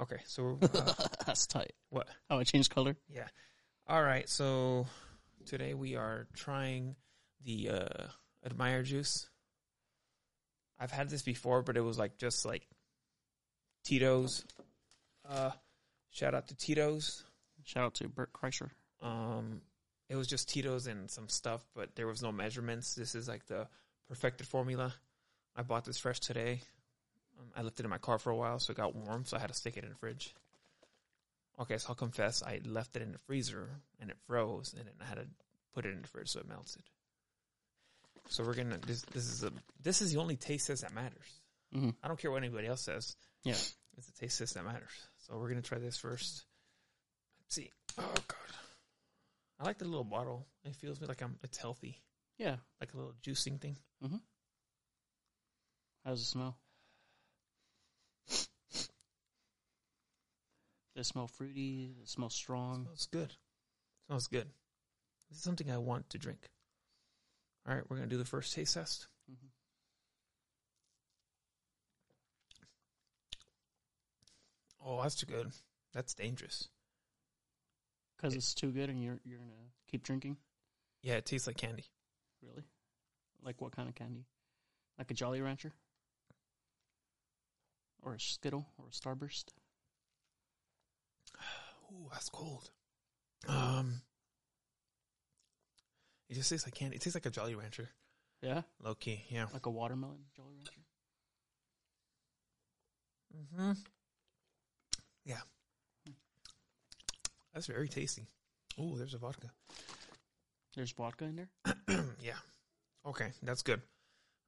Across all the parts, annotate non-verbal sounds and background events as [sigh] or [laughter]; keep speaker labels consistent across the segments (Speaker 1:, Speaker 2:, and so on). Speaker 1: Okay, so uh,
Speaker 2: [laughs] That's tight.
Speaker 1: what?
Speaker 2: Oh, it changed color.
Speaker 1: Yeah. All right. So today we are trying the uh, Admire Juice. I've had this before, but it was like just like Tito's. Uh, shout out to Tito's.
Speaker 2: Shout out to Bert Kreischer.
Speaker 1: Um, it was just Tito's and some stuff, but there was no measurements. This is like the perfected formula. I bought this fresh today. Um, I left it in my car for a while, so it got warm, so I had to stick it in the fridge. Okay, so I'll confess, I left it in the freezer and it froze, and then I had to put it in the fridge so it melted. So we're gonna this this is a this is the only taste test that matters.
Speaker 2: Mm-hmm.
Speaker 1: I don't care what anybody else says.
Speaker 2: Yeah.
Speaker 1: It's the taste test that matters. So we're gonna try this first. Let's see. Oh god. I like the little bottle. It feels like I'm it's healthy.
Speaker 2: Yeah.
Speaker 1: Like a little juicing thing.
Speaker 2: How does it smell? Does it smell fruity? Does it smell strong?
Speaker 1: Smells good. Smells good. This is something I want to drink. All right, we're gonna do the first taste test. Oh, that's too good. That's dangerous.
Speaker 2: Because it's too good and you're, you're going to keep drinking?
Speaker 1: Yeah, it tastes like candy.
Speaker 2: Really? Like what kind of candy? Like a Jolly Rancher? Or a Skittle? Or a Starburst?
Speaker 1: Ooh, that's cold. Um, it just tastes like candy. It tastes like a Jolly Rancher,
Speaker 2: Yeah?
Speaker 1: low key. Yeah,
Speaker 2: Like a watermelon Jolly Rancher?
Speaker 1: yeah. That's very tasty. Ooh, there's a vodka. [clears throat]
Speaker 2: There's vodka in there?
Speaker 1: yeah. Okay, that's good.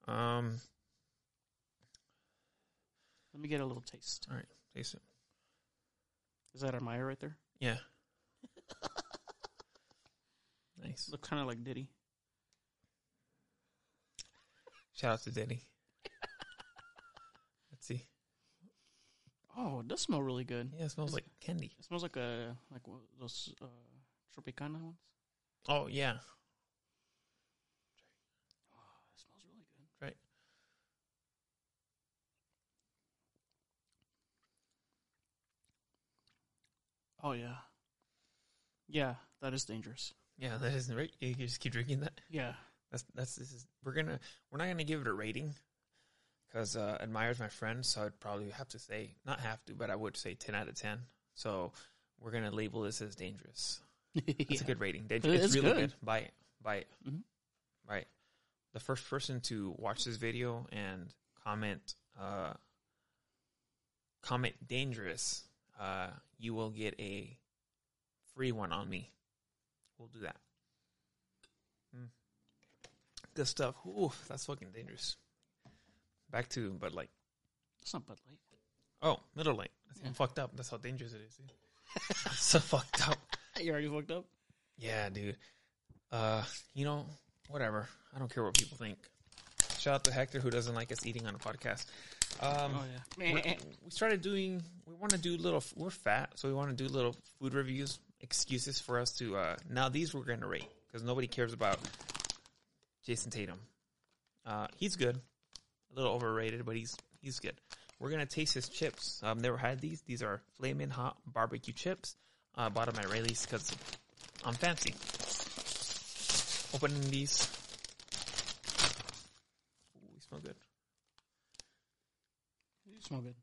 Speaker 1: Um,
Speaker 2: Let me get a little taste.
Speaker 1: all right, taste it.
Speaker 2: Is that a Maya right there?
Speaker 1: Yeah. nice.
Speaker 2: Look kind of like Diddy.
Speaker 1: Shout out to Diddy. Let's see.
Speaker 2: Oh, it does smell really good.
Speaker 1: Yeah, it smells like candy.
Speaker 2: It smells like a like one of those uh, Tropicana ones.
Speaker 1: Oh yeah,
Speaker 2: It smells really good.
Speaker 1: right.
Speaker 2: Oh yeah, yeah, that is dangerous.
Speaker 1: Yeah, that isn't right. You just keep drinking that. [laughs]
Speaker 2: Yeah,
Speaker 1: That's that's this is we're gonna we're not gonna give it a rating because uh, admires my friend, so I'd probably have to say not have to, but I would say ten out of ten. So we're gonna label this as dangerous. It's a good rating. Dangerous.
Speaker 2: It
Speaker 1: It's,
Speaker 2: is
Speaker 1: really
Speaker 2: good. Mm-hmm.
Speaker 1: good. Buy it. Buy it. Buy it. The first person to watch this video and comment uh, comment dangerous, uh, you will get a free one on me. We'll do that. Hmm. Good stuff. Ooh, that's fucking dangerous. Back to but like
Speaker 2: It's not Bud Light. [laughs]
Speaker 1: oh middle light. That's even fucked up. That's how dangerous it is. dude. [laughs] so fucked up.
Speaker 2: You already fucked up.
Speaker 1: Yeah, dude. Uh, you know, whatever. I don't care what people think. Shout out to Hector who doesn't like us eating on a podcast. Um,
Speaker 2: Oh yeah.
Speaker 1: we started doing. We want to do little. We're fat, so we want to do little food reviews, excuses for us to. Uh, now these we're gonna rate because nobody cares about Jason Tatum. Uh, he's good, a little overrated, but he's he's good. We're gonna taste his chips. I've never had these. These are flaming hot barbecue chips. I bought them at Rayleigh's because I'm fancy. Opening these. Ooh, we smell good.
Speaker 2: [laughs] You smell good.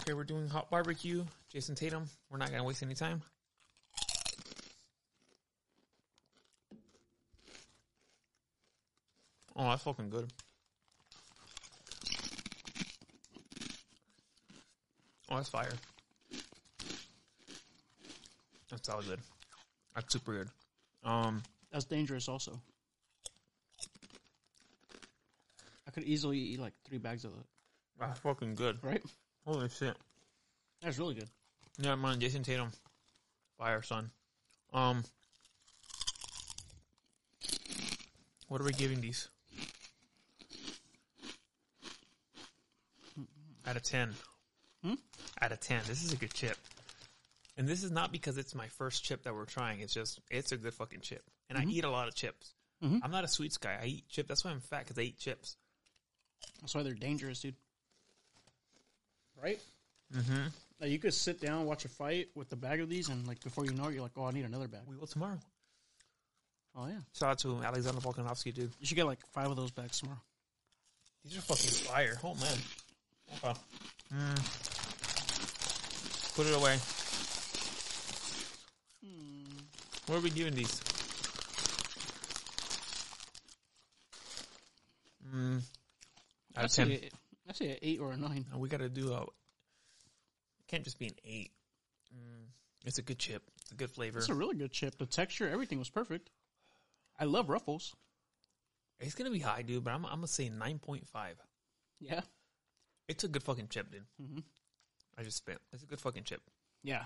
Speaker 1: Okay, we're doing hot barbecue. Jason Tatum. We're not gonna waste any time. Oh, that's fucking good. Oh, that's fire. That's all good. That's super good. Um,
Speaker 2: That's dangerous. Also, I could easily eat like three bags of it.
Speaker 1: that's fucking good.
Speaker 2: Right?
Speaker 1: Holy shit.
Speaker 2: That's really good.
Speaker 1: Yeah, man, Jason Tatum. Fire, son. Um, what are we giving these? Out of 10. Out of 10. This is a good chip. And this is not because it's my first chip that we're trying. It's just, it's a good fucking chip. And I eat a lot of chips. I'm not a sweets guy. I eat chip. That's why I'm fat, because I eat chips.
Speaker 2: That's why they're dangerous, dude. Right? Like, you could sit down, watch a fight with the bag of these, and like before you know it, you're like, oh, I need another bag.
Speaker 1: We will tomorrow.
Speaker 2: Oh yeah,
Speaker 1: Shout out to Alexander Volkanovsky, dude.
Speaker 2: you should get like five of those bags tomorrow.
Speaker 1: These are fucking fire. Oh man. Okay. Mm. Put it away. What are we doing these? Mm. Out of
Speaker 2: I'd
Speaker 1: ten.
Speaker 2: say, a- I'd say an eight or a nine.
Speaker 1: No, we got to do a. It can't just be an eight. Mm. It's a good chip. It's a good flavor.
Speaker 2: It's a really good chip. The texture, everything was perfect. I love Ruffles.
Speaker 1: it's gonna be high, dude. But I'm, I'm gonna say nine point five.
Speaker 2: Yeah,
Speaker 1: It's a good fucking chip, dude.
Speaker 2: Mhm.
Speaker 1: I just spent. It's a good fucking chip.
Speaker 2: yeah.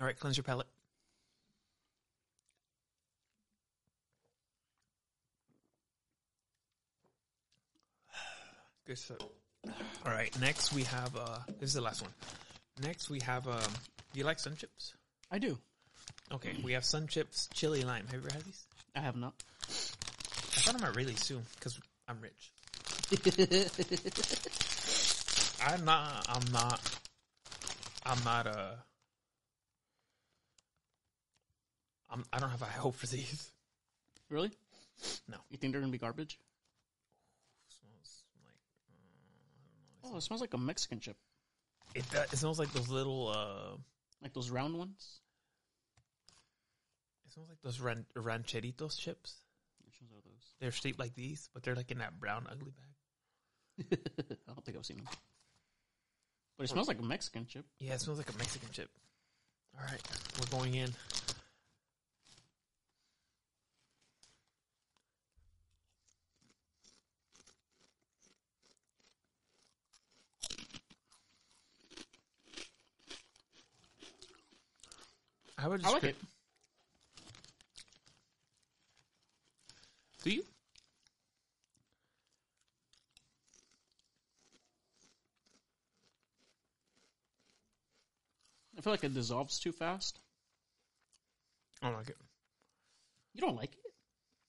Speaker 1: All right, cleanse your palate. [sighs] Good stuff. All right, next we have uh this is the last one. Next we have um do you like sun chips?
Speaker 2: I do.
Speaker 1: Okay, we have sun chips chili lime. Have you ever had these?
Speaker 2: I have not.
Speaker 1: I found them at really soon because I'm rich. I'm not. I'm not. I'm not a. I'm. I don't have a high hope for these. [laughs]
Speaker 2: Really?
Speaker 1: No.
Speaker 2: You think they're gonna be garbage?
Speaker 1: Smells like
Speaker 2: Oh, it smells like a Mexican chip,
Speaker 1: it. do- It smells like those little. uh
Speaker 2: like those round ones.
Speaker 1: It smells like those ran, rancheritos chips.
Speaker 2: Which ones are those?
Speaker 1: They're shaped like these, but they're like in that brown ugly bag.
Speaker 2: [laughs] I don't think I've seen them. But it smells like a Mexican chip.
Speaker 1: Yeah, it smells like a Mexican chip. All right, we're going in. I would.
Speaker 2: I like
Speaker 1: descri-
Speaker 2: it.
Speaker 1: Do you?
Speaker 2: I feel like it dissolves too fast.
Speaker 1: I don't like it.
Speaker 2: You don't like it?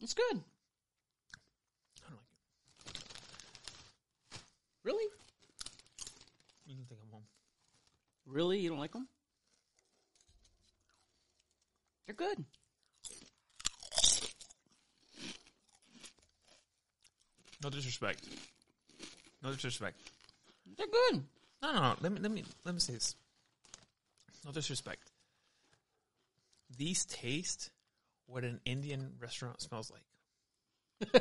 Speaker 2: It's good.
Speaker 1: I don't like it.
Speaker 2: Really?
Speaker 1: You can think I'm home.
Speaker 2: Really? You don't like them? They're good.
Speaker 1: No disrespect. No disrespect.
Speaker 2: They're good.
Speaker 1: No, no, no. Let me let me let me say this. No disrespect. These taste what an Indian restaurant smells like.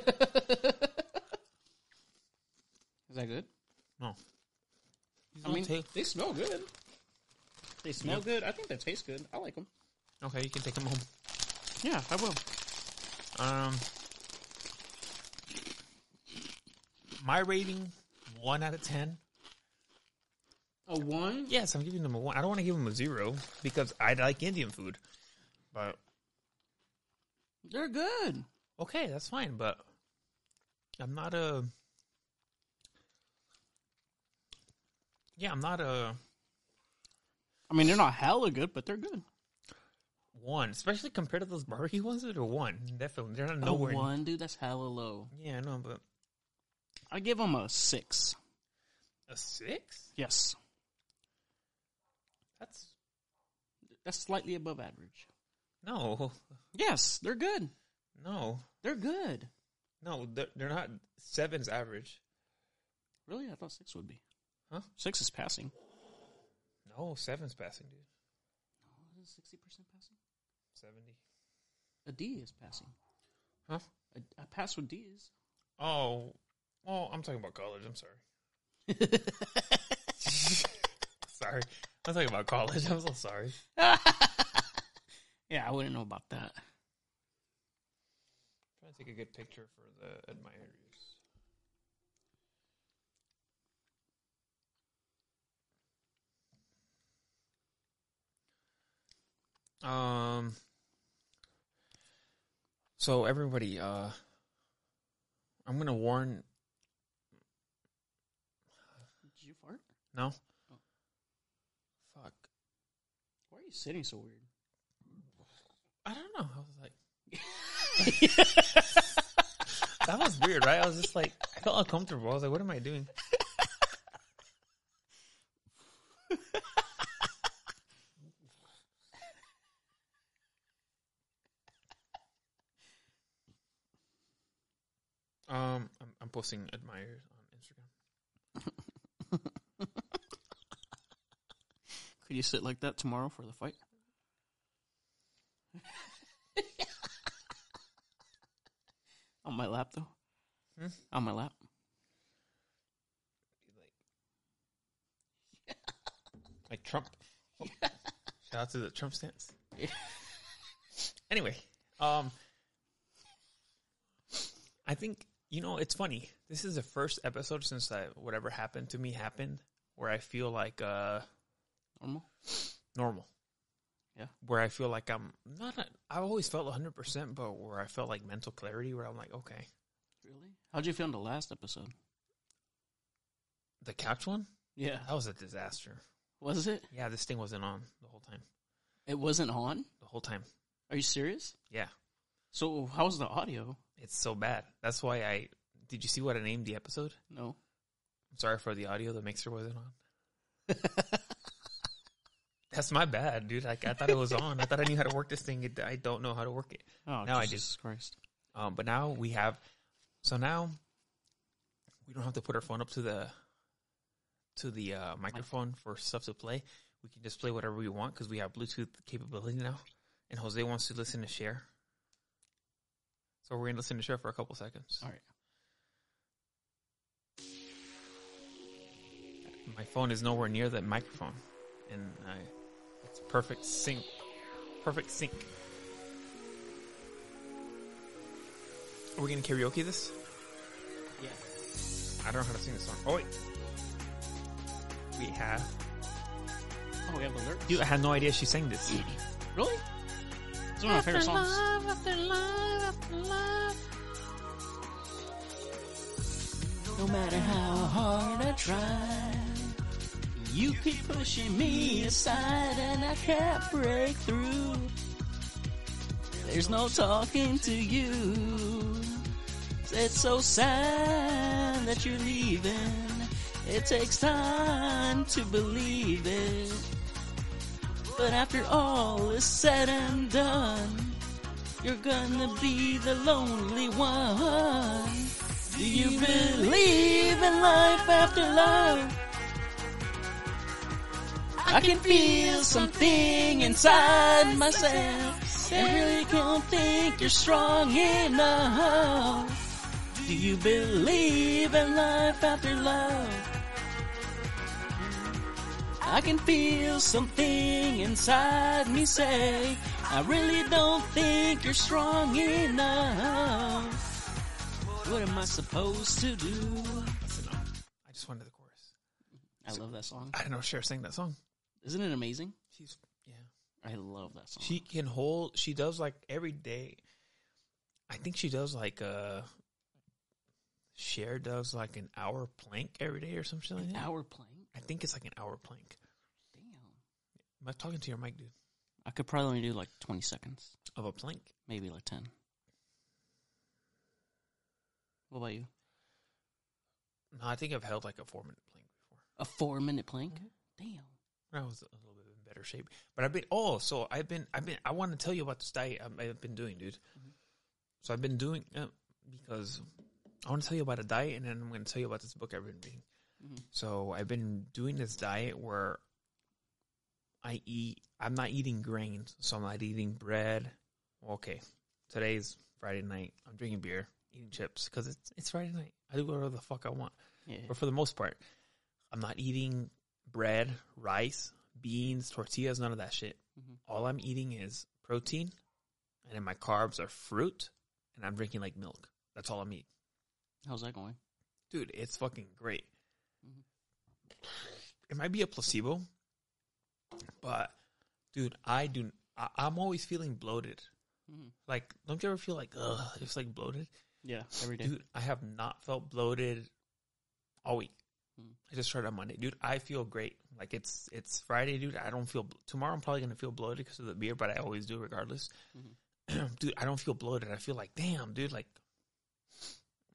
Speaker 2: Is that good?
Speaker 1: No. These
Speaker 2: I
Speaker 1: don't
Speaker 2: mean,
Speaker 1: taste-
Speaker 2: they smell good. They smell good. I think they taste good. I like them.
Speaker 1: okay, you can take them home.
Speaker 2: Yeah, I will.
Speaker 1: Um, my rating, one out of ten.
Speaker 2: A one?
Speaker 1: Yes, I'm giving them a one. I don't want to give them a zero because I like Indian food. But
Speaker 2: They're good.
Speaker 1: okay, that's fine. But I'm not a. Yeah, I'm not a.
Speaker 2: I mean, they're not hella good, but they're good.
Speaker 1: one, especially compared to those barbecue [laughs] ones that are one. Definitely, they're not nowhere.
Speaker 2: A one, dude, that's hella low.
Speaker 1: Yeah, I know, but
Speaker 2: I give them a six.
Speaker 1: a six?
Speaker 2: Yes,
Speaker 1: That's
Speaker 2: that's slightly above average.
Speaker 1: no,
Speaker 2: Yes, they're good.
Speaker 1: no,
Speaker 2: They're good.
Speaker 1: no. They're, they're not sevens average.
Speaker 2: Really, I thought six would be.
Speaker 1: Huh?
Speaker 2: Six is passing.
Speaker 1: No, sevens passing, dude.
Speaker 2: Sixty percent passing.
Speaker 1: Seventy.
Speaker 2: A D is passing.
Speaker 1: Huh?
Speaker 2: A, a pass with D is.
Speaker 1: Oh, well, I'm talking about college. I'm sorry.
Speaker 2: [laughs]
Speaker 1: [laughs] sorry, I'm talking about college. [laughs] I'm so sorry.
Speaker 2: Yeah, I wouldn't know about that.
Speaker 1: trying to take a good picture for the admirers. Um. So everybody, uh, I'm gonna warn.
Speaker 2: Did you fart?
Speaker 1: No.
Speaker 2: Oh.
Speaker 1: Fuck.
Speaker 2: Why are you sitting so weird?
Speaker 1: I don't know. I was like, [laughs] that was weird, right? I was just like, I felt uncomfortable. I was like, what am I doing? Um, posting admirers on Instagram.
Speaker 2: Could you sit like that tomorrow for the [laughs] fight? On my lap, though.
Speaker 1: Hmm?
Speaker 2: On my lap.
Speaker 1: Like, [laughs] like
Speaker 2: [laughs]
Speaker 1: Trump. Oh. Shout out to the Trump stance. anyway, um, I think you know it's funny. This is the first episode since I, whatever happened to me happened, where I feel like uh,
Speaker 2: Normal.
Speaker 1: normal.
Speaker 2: Yeah.
Speaker 1: Where I feel like I'm not, i I've always felt 100%, but where I felt like mental clarity, where I'm like, okay,
Speaker 2: Really? How'd you feel in the last episode?
Speaker 1: the couch one,
Speaker 2: Yeah.
Speaker 1: that was a disaster.
Speaker 2: Was it?
Speaker 1: Yeah, this thing wasn't on the whole time.
Speaker 2: It wasn't on?
Speaker 1: The whole time.
Speaker 2: Are you serious?
Speaker 1: Yeah.
Speaker 2: So how's the audio?
Speaker 1: It's so bad. That's why I, did you see what I named the episode?
Speaker 2: No.
Speaker 1: I'm sorry for the audio. The mixer wasn't on. That's my bad, dude. Like, I thought it was on. I thought I knew how to work this thing. It, I don't know how to work it.
Speaker 2: Oh,
Speaker 1: No, I
Speaker 2: Jesus Christ.
Speaker 1: Um, but now we have, so now we don't have to put our phone up to the to the uh, microphone for stuff to play. We can just play whatever we want because we have Bluetooth capability now. And Jose wants to listen to share, so we're gonna listen to share for a couple seconds.
Speaker 2: All right.
Speaker 1: My phone is nowhere near the microphone, and I, it's perfect sync, perfect sync. Are we gonna karaoke this?
Speaker 2: Yeah.
Speaker 1: I don't know how to sing this song. Oh wait. We have
Speaker 2: Oh, we have the lyrics.
Speaker 1: Dude, I had no idea she sang this.
Speaker 2: really? It's one of my favorite songs. No matter how hard I try, you keep pushing me aside and I can't break through. There's no talking to you. It's so sad that you're leaving. It takes time to believe it. But after all is said and done, you're gonna be the lonely one. Do you believe in life after love? I can feel something inside myself. I really don't think you're strong enough. Do you believe in life after love? I can feel something inside me say, I really don't think you're strong enough. What am I supposed to do?
Speaker 1: That's enough. I just wanted the chorus.
Speaker 2: I love that song.
Speaker 1: I didn't know Cher sang that song.
Speaker 2: Isn't it amazing?
Speaker 1: She's yeah.
Speaker 2: I love that song.
Speaker 1: She can hold she does like every day. I think she does like uh Cher does like an hour plank every day or something like
Speaker 2: An
Speaker 1: that.
Speaker 2: hour playing?
Speaker 1: I think it's like an hour plank.
Speaker 2: Damn.
Speaker 1: Am I talking to your mic, dude?
Speaker 2: I could probably only do like 20 seconds,
Speaker 1: Of a plank?
Speaker 2: maybe like 10. What about you?
Speaker 1: No, I think I've held like a four minute plank before.
Speaker 2: A four minute plank? Mm-hmm. Damn.
Speaker 1: I was a little bit in better shape. But I've been oh, so I've been I've been I want to tell you about this diet I'm- I've been doing, dude. So I've been doing uh, because I want to tell you about a diet, and then I'm going to tell you about this book I've been reading.
Speaker 2: Mhm.
Speaker 1: So I've been doing this diet where I eat. I'm not eating grains, so I'm not eating bread. Okay, today's Friday night. I'm drinking beer, eating chips because it's it's Friday night. I do whatever the fuck I want
Speaker 2: Yeah.
Speaker 1: but for the most part, I'm not eating bread, rice, beans, tortillas, none of that shit.
Speaker 2: Mhm.
Speaker 1: All I'm eating is protein, and then my carbs are fruit, and I'm drinking like milk. That's all I'm eating,
Speaker 2: How's that going?
Speaker 1: dude. It's fucking great.
Speaker 2: Mhm.
Speaker 1: It might be a placebo, but dude, I do. I, I'm always feeling bloated.
Speaker 2: Mhm.
Speaker 1: Like, don't you ever feel like, ugh, it's like bloated?
Speaker 2: Yeah, every day.
Speaker 1: Dude, I have not felt bloated all week.
Speaker 2: Hmm.
Speaker 1: I just started on Monday, dude. I feel great. Like it's it's Friday, dude. I don't feel bl- tomorrow. I'm probably gonna feel bloated because of the beer, but I always do regardless.
Speaker 2: Mm-hmm.
Speaker 1: [clears throat] dude, I don't feel bloated. I feel like damn, dude. Like,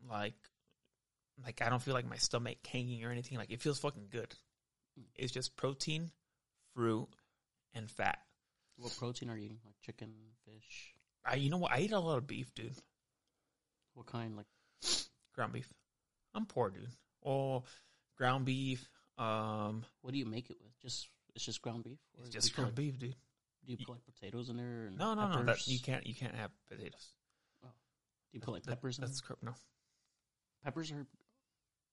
Speaker 1: like, like I don't feel like my stomach hanging or anything. Like it feels fucking good.
Speaker 2: Hmm.
Speaker 1: It's just protein, fruit, and fat.
Speaker 2: What protein are you eating? Like chicken, fish?
Speaker 1: I you know what? I eat a lot of beef, dude.
Speaker 2: What kind? Like
Speaker 1: Ground beef. I'm poor, dude. Oh, ground beef. Um,
Speaker 2: What do you make it with? Just it's just ground beef. Or
Speaker 1: it's
Speaker 2: do
Speaker 1: just
Speaker 2: you put,
Speaker 1: ground
Speaker 2: like-
Speaker 1: beef, dude.
Speaker 2: Do you put like potatoes in there? And
Speaker 1: No, no, no. That,
Speaker 2: peppers?
Speaker 1: you can't. You can't have potatoes.
Speaker 2: Do you put like
Speaker 1: That-
Speaker 2: peppers? in
Speaker 1: That's cr- no.
Speaker 2: there? peppers are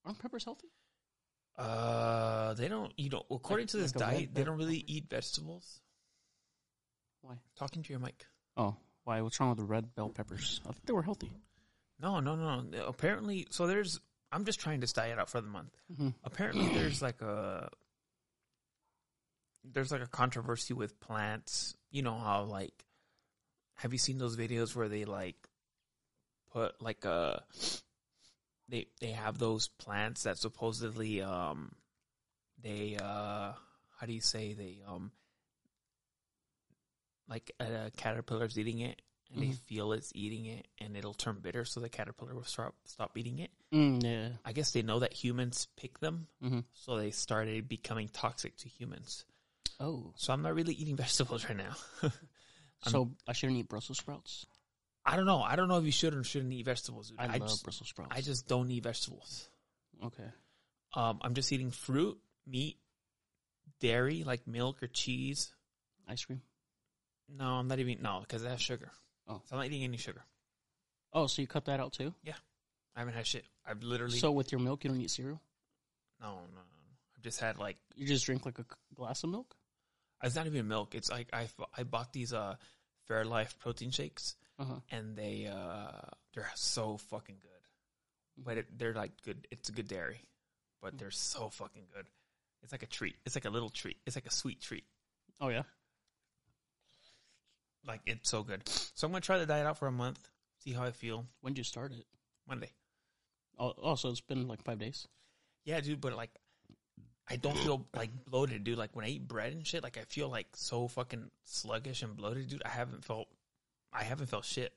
Speaker 2: aren't peppers healthy?
Speaker 1: Uh, they don't. You know, according
Speaker 2: Like-
Speaker 1: to this
Speaker 2: like a red
Speaker 1: diet, they
Speaker 2: bell
Speaker 1: don't really
Speaker 2: pepper?
Speaker 1: eat vegetables.
Speaker 2: Why?
Speaker 1: Talking to your mic.
Speaker 2: Oh, why? What's wrong with the red bell peppers? I think they were healthy.
Speaker 1: No, no, no. no. Apparently, so there's. I'm just trying this diet out for the month.
Speaker 2: Mhm.
Speaker 1: Apparently, there's like a. There's like a controversy with plants. You know how like, have you seen those videos where they like, put like a. They they have those plants that supposedly um, they uh how do you say they um like a caterpillar's eating it and they
Speaker 2: Mhm.
Speaker 1: feel it's eating it and it'll turn bitter so the caterpillar will stop stop eating it
Speaker 2: Mm, yeah.
Speaker 1: i guess they know that humans pick them
Speaker 2: Mhm.
Speaker 1: so they started becoming toxic to humans
Speaker 2: Oh,
Speaker 1: so i'm not really eating [laughs] vegetables right now [laughs] I'm-
Speaker 2: so I shouldn't eat Brussels sprouts.
Speaker 1: i don't know i don't know if you should or shouldn't eat vegetables dude.
Speaker 2: I, love
Speaker 1: just,
Speaker 2: Brussels sprouts.
Speaker 1: I just don't eat vegetables
Speaker 2: okay.
Speaker 1: um i'm just eating fruit meat dairy like milk or cheese
Speaker 2: Ice cream.
Speaker 1: No, I'm not even no because it has sugar.
Speaker 2: Oh.
Speaker 1: so I'm not eating any sugar.
Speaker 2: Oh, so you cut that out too?
Speaker 1: I haven't had shit. I've literally
Speaker 2: So with your milk, you don't eat cereal.
Speaker 1: no, no, no. I've just had like
Speaker 2: You just drink like a c- glass of milk.
Speaker 1: it's not even milk. It's like I I bought these uh Fairlife protein shakes
Speaker 2: Uh huh.
Speaker 1: and they uh they're so fucking good. But it, they're like good. It's a good dairy, but they're so fucking good. It's like a treat. It's like a little treat. It's like a sweet treat.
Speaker 2: Oh yeah.
Speaker 1: Like it's so good. So I'm gonna try the diet out for a month. See how I feel
Speaker 2: When did you start it?
Speaker 1: Monday.
Speaker 2: Oh, oh, so it's been like five days.
Speaker 1: Yeah, dude, but like I don't feel like bloated, dude. Like when I eat bread and shit, like I feel like so fucking sluggish and bloated, dude. I haven't felt I haven't felt shit.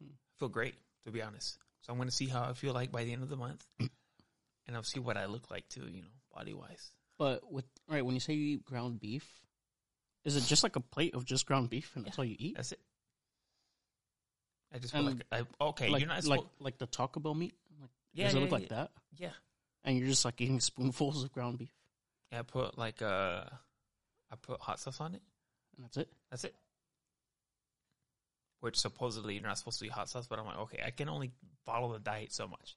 Speaker 2: Hmm.
Speaker 1: I feel great, to be honest. So I'm gonna see how I feel like by the end of the
Speaker 2: [clears throat]
Speaker 1: month. and I'll see what I look like too, you know, body wise.
Speaker 2: But with all right, when you say you eat ground beef, is it just like a plate of just ground beef and that's all you eat?
Speaker 1: That's it. I just feel
Speaker 2: And,
Speaker 1: like I okay,
Speaker 2: Um, like
Speaker 1: you're not
Speaker 2: like
Speaker 1: supposed
Speaker 2: like the Taco Bell meat. Like,
Speaker 1: Yeah,
Speaker 2: does it
Speaker 1: yeah,
Speaker 2: look like that?
Speaker 1: yeah.
Speaker 2: And you're just like eating spoonfuls of ground beef,
Speaker 1: Yeah, I put like uh I put hot sauce on it.
Speaker 2: and that's it.
Speaker 1: That's it. Which supposedly you're not supposed to eat hot sauce, but I'm like, okay, I can only follow the diet so much.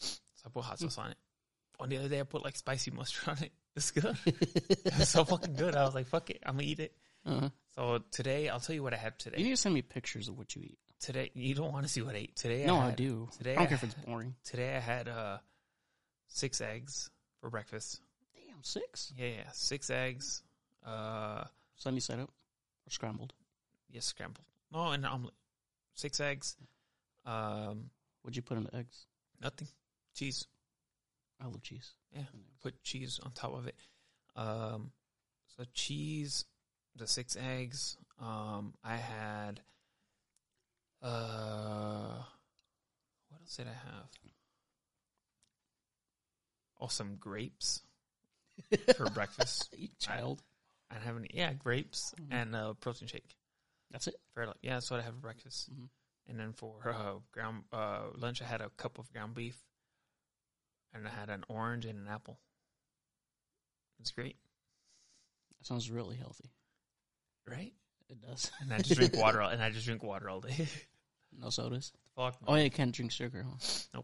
Speaker 1: So I put hot sauce on it. On the other day, I put like spicy mustard on it. [laughs] It's good. [laughs] it's so fucking good. I was like, fuck it, I'm gonna eat it.
Speaker 2: Uh-huh.
Speaker 1: So today, I'll tell you what I had today.
Speaker 2: You need to send me pictures of what you eat.
Speaker 1: today, you don't want to see what I ate today.
Speaker 2: no,
Speaker 1: I,
Speaker 2: I
Speaker 1: had-
Speaker 2: do.
Speaker 1: today
Speaker 2: I don't
Speaker 1: I
Speaker 2: care if it's
Speaker 1: had-
Speaker 2: boring.
Speaker 1: Today I had uh six eggs for breakfast.
Speaker 2: Damn, six
Speaker 1: Yeah, yeah, six eggs. Uh,
Speaker 2: Sunday setup or scrambled.
Speaker 1: yes, scrambled. No, an omelet. Six eggs. Um,
Speaker 2: What'd you put in the eggs?
Speaker 1: nothing. Cheese.
Speaker 2: I love cheese.
Speaker 1: Yeah. put cheese on top of it. Um, so cheese, the six eggs. Um, I had. Uh, what else did I have? Oh, some grapes [laughs] for breakfast.
Speaker 2: [laughs] You child.
Speaker 1: I didn't have any. Yeah, grapes
Speaker 2: Mhm.
Speaker 1: and a protein shake.
Speaker 2: That's it.
Speaker 1: Fair like yeah, that's what I have for breakfast.
Speaker 2: Mhm.
Speaker 1: And then for uh, ground uh, lunch, I had a cup of ground beef, and I had an orange and an apple. It's great,
Speaker 2: That sounds really healthy.
Speaker 1: right?
Speaker 2: It does.
Speaker 1: And I just drink water, all, and I just drink water all day. [laughs]
Speaker 2: No sodas.
Speaker 1: Fuck, no.
Speaker 2: Oh yeah, you can't drink sugar, huh?
Speaker 1: I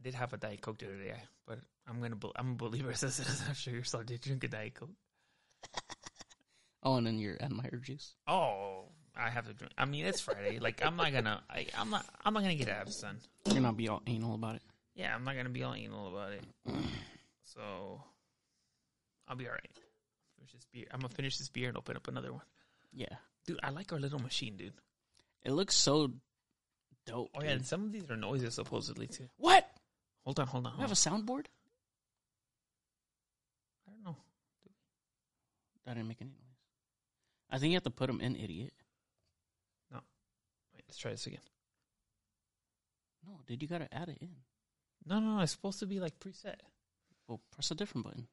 Speaker 1: did have a diet coke the other day, but I'm gonna bel I'm a believer [laughs] that says it doesn't have sugar, so I did drink a diet coke.
Speaker 2: Oh, and then your admire juice.
Speaker 1: Oh, I have to drink. I mean, it's Friday. Like I'm not gonna, [laughs] I, I'm not, I'm not gonna get abs, son.
Speaker 2: You're gonna be all anal about it.
Speaker 1: Yeah, I'm not gonna be all anal about it. So I'll be all right. Finish this beer. I'm gonna finish this beer and open up another one.
Speaker 2: Yeah.
Speaker 1: Dude, I like our little machine, dude.
Speaker 2: It looks so dope.
Speaker 1: Oh yeah, and
Speaker 2: dude.
Speaker 1: some of these are noises supposedly too.
Speaker 2: What?
Speaker 1: Hold on, hold on.
Speaker 2: We have
Speaker 1: Hold
Speaker 2: a
Speaker 1: on.
Speaker 2: soundboard?
Speaker 1: I don't know.
Speaker 2: That didn't make any noise. I think you have to put them in, idiot.
Speaker 1: Wait, let's try this again.
Speaker 2: No, dude, you gotta add it in.
Speaker 1: No, no, no. It's supposed to be like preset.
Speaker 2: Well, press a different button.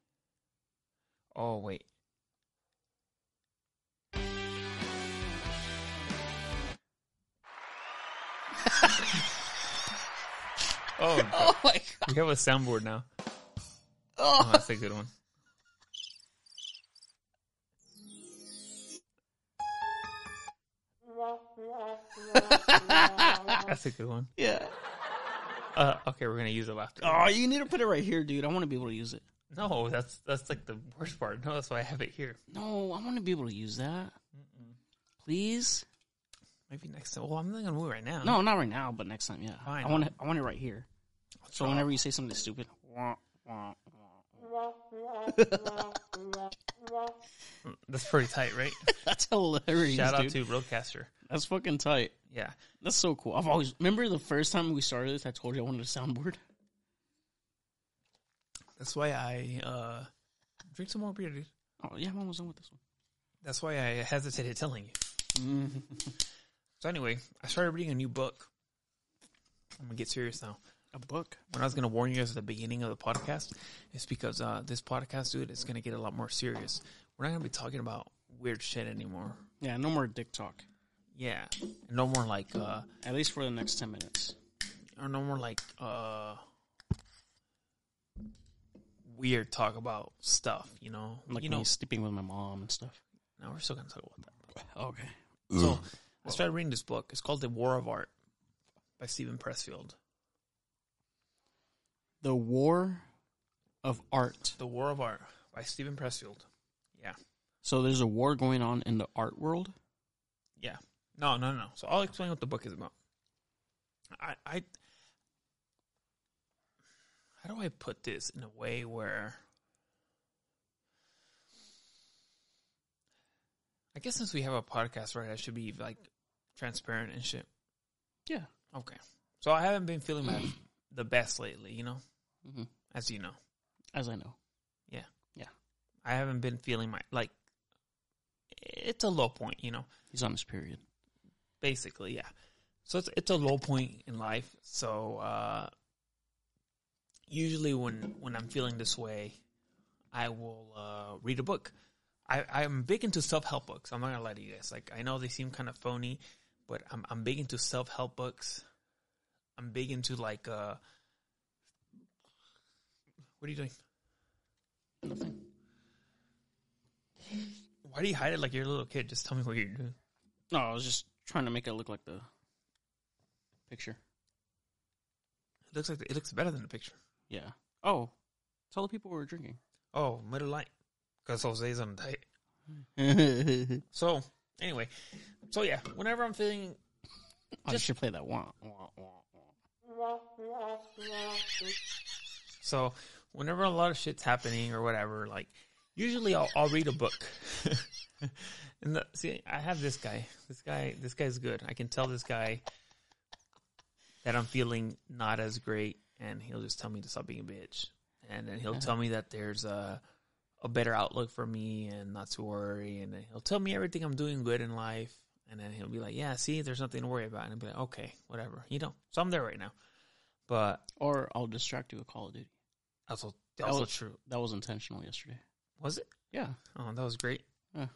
Speaker 1: Oh wait. [laughs] Oh,
Speaker 2: Oh my god.
Speaker 1: we have a soundboard now. Oh,
Speaker 2: Oh,
Speaker 1: that's a good
Speaker 2: [laughs]
Speaker 1: one. That's a good one.
Speaker 2: yeah.
Speaker 1: Uh, okay, we're gonna use the laughter.
Speaker 2: Oh, you need to put it right here, dude. I want to be able to use it.
Speaker 1: No, that's that's like the worst part. No, that's why I have it here.
Speaker 2: No, I want to be able to use that. Please.
Speaker 1: Maybe next time. Well, I'm not gonna move right now.
Speaker 2: No, not right now, but next time. Yeah.
Speaker 1: Fine.
Speaker 2: I want it. I want it right here.
Speaker 1: Oh,
Speaker 2: So whenever you say something stupid, wah, wah, [laughs]
Speaker 1: that's pretty tight, right?
Speaker 2: that's hilarious.
Speaker 1: Shout out
Speaker 2: dude.
Speaker 1: to Roadcaster.
Speaker 2: That's fucking tight.
Speaker 1: Yeah,
Speaker 2: That's so cool. I've always remember the first time we started this. I told you I wanted a soundboard.
Speaker 1: that's why I uh, drink some more beer, dude.
Speaker 2: Oh yeah, I'm almost done with this one.
Speaker 1: That's why I hesitated telling you. Mm-hmm.
Speaker 2: Mhm.
Speaker 1: So anyway, I started reading a new book. I'm gonna get serious now.
Speaker 2: A book.
Speaker 1: When I was gonna warn you guys at the beginning of the podcast, it's because uh, this podcast, dude, is gonna get a lot more serious. We're not gonna be talking about weird shit anymore.
Speaker 2: Yeah, no more dick talk.
Speaker 1: Yeah, no more like, uh,
Speaker 2: At least for the next ten minutes.
Speaker 1: or no more like uh, weird talk about stuff. You know,
Speaker 2: Like
Speaker 1: you know.
Speaker 2: me sleeping with my mom and stuff.
Speaker 1: No, we're still gonna talk about that.
Speaker 2: Okay.
Speaker 1: So I started reading this book. It's called The War of Art by Stephen Pressfield.
Speaker 2: The War of Art.
Speaker 1: The War of Art by Stephen Pressfield. Yeah.
Speaker 2: So there's a war going on in the art world.
Speaker 1: Yeah. No, no, no. So I'll explain what the book is about. I, I, how do I put this in a way where, I guess since we have a podcast, right, I should be like transparent and shit.
Speaker 2: Yeah.
Speaker 1: Okay. So I haven't been feeling my, the best lately, you know,
Speaker 2: Mhm.
Speaker 1: as you know.
Speaker 2: As I know.
Speaker 1: I haven't been feeling my, like, it's a low point, you know.
Speaker 2: He's on his period.
Speaker 1: basically yeah so it's it's a low point in life so uh usually when when i'm feeling this way i will uh read a book i i'm big into self-help books i'm not gonna lie to you guys like i know they seem kind of phony but i'm i'm big into self-help books i'm big into like uh what are you doing
Speaker 2: Nothing.
Speaker 1: why do you hide it like you're a little kid just tell me what you're doing
Speaker 2: No, I was just trying to make it look like the picture.
Speaker 1: it looks like the, it looks better than the picture
Speaker 2: Yeah. Oh, tell the people we're
Speaker 1: [laughs]
Speaker 2: drinking.
Speaker 1: oh middle light because jose's on a diet
Speaker 2: Oh, I
Speaker 1: So anyway, so yeah, whenever I'm feeling Just-
Speaker 2: should play that wah, wah, wah, wah.
Speaker 1: so, whenever a lot of shit's happening or whatever, like usually I'll, I'll read a book. [laughs] and the, see, I have this guy. This guy. This guy's good. I can tell this guy that I'm feeling not as great, and he'll just tell me to stop being a bitch, and then he'll tell me that there's a a better outlook for me and not to worry, and then he'll tell me everything I'm doing good in life. And then he'll be like, "Yeah, see, there's nothing to worry about." And I'll be like, "Okay, whatever, you know." So I'm there right now, but
Speaker 2: Or I'll distract you with Call of Duty.
Speaker 1: that's also,
Speaker 2: That
Speaker 1: also
Speaker 2: was-
Speaker 1: true.
Speaker 2: That was intentional yesterday.
Speaker 1: Was it?
Speaker 2: Yeah.
Speaker 1: Oh, that was great.
Speaker 2: Yeah.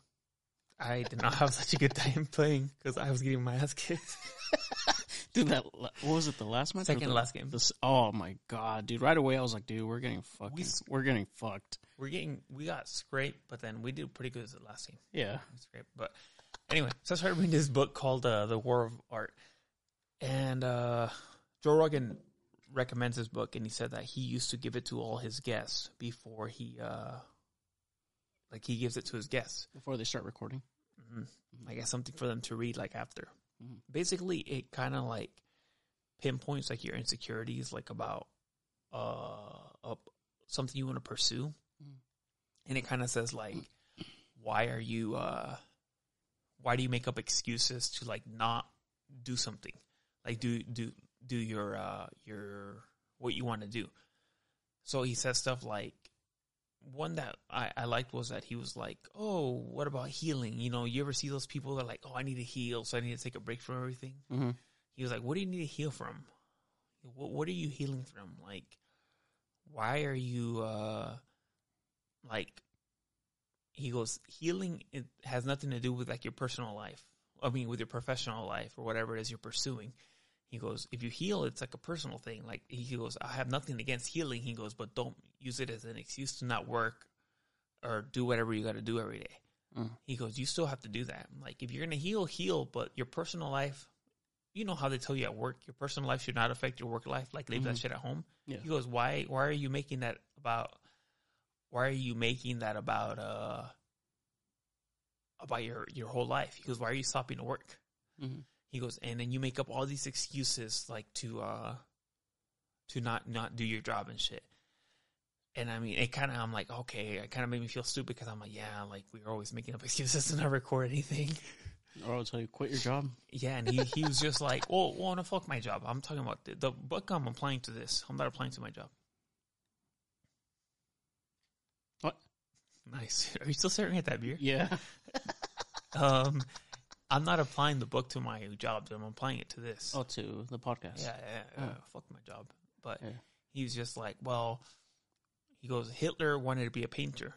Speaker 1: I did not have such a good time playing because I was getting my ass kicked.
Speaker 2: Dude, that la- what was it? The last match, or
Speaker 1: [laughs] Second
Speaker 2: the,
Speaker 1: last game.
Speaker 2: This, oh my god, dude! Right away, I was like, dude, we're getting fucking,
Speaker 1: s-
Speaker 2: we, are getting fucked.
Speaker 1: We're getting we got scraped, but then we did pretty good as the last game.
Speaker 2: Yeah,
Speaker 1: We scraped, but anyway, so I started reading this book called uh, "The War of Art," and uh, Joe Rogan recommends this book, and he said that he used to give it to all his guests before he, uh, like, he gives it to his guests.
Speaker 2: before they start recording.
Speaker 1: Mm-hmm. I guess something for them to read like after.
Speaker 2: Mhm.
Speaker 1: Basically, it kind of like pinpoints like your insecurities, like about uh up something you want to pursue,
Speaker 2: Mhm.
Speaker 1: and it kind of says like, why are you uh, why do you make up excuses to like not do something, like do do do your uh your what you want to do. So he says stuff like one that I, I liked was that he was like, Oh, what about healing? You know, you ever see those people that are like, Oh, I need to heal, so I need to take a break from everything?
Speaker 2: Mm-hmm.
Speaker 1: He was like, What do you need to heal from? What, what are you healing from? Like, why are you, uh, like, he goes, Healing it has nothing to do with like your personal life. I mean, with your professional life or whatever it is you're pursuing. He goes, if you heal, it's like a personal thing. Like he goes, I have nothing against healing. He goes, but don't use it as an excuse to not work or do whatever you got to do every day.
Speaker 2: Mm.
Speaker 1: He goes, you still have to do that. I'm like if you're gonna heal, heal, but your personal life, you know how they tell you at work, your personal life should not affect your work life. Like leave that shit at home.
Speaker 2: Mm-hmm. Yeah.
Speaker 1: He goes, why? Why are you making that about? Why are you making that about uh about your your whole life? He goes, why are you stopping to work?
Speaker 2: Mhm.
Speaker 1: He goes, and then you make up all these excuses like to uh to not not do your job and shit. And I mean, it kind of I'm like, okay, it kind of made me feel stupid because I'm like, yeah, like we were always making up [laughs] excuses to not record anything.
Speaker 2: Or I'll tell you, quit your job.
Speaker 1: Yeah, and he, he was just like, "Oh, want to fuck my job?" I'm talking about the, the book I'm applying to this. I'm not applying to my job.
Speaker 2: What?
Speaker 1: Nice. [laughs] Are you still staring at that beer?
Speaker 2: Yeah.
Speaker 1: Um, I'm not applying the book to my job. I'm applying it to this.
Speaker 2: Oh, to the podcast.
Speaker 1: Yeah, yeah, yeah. fuck my job. But
Speaker 2: Yeah.
Speaker 1: he was just like, well, he goes, Hitler wanted to be a painter.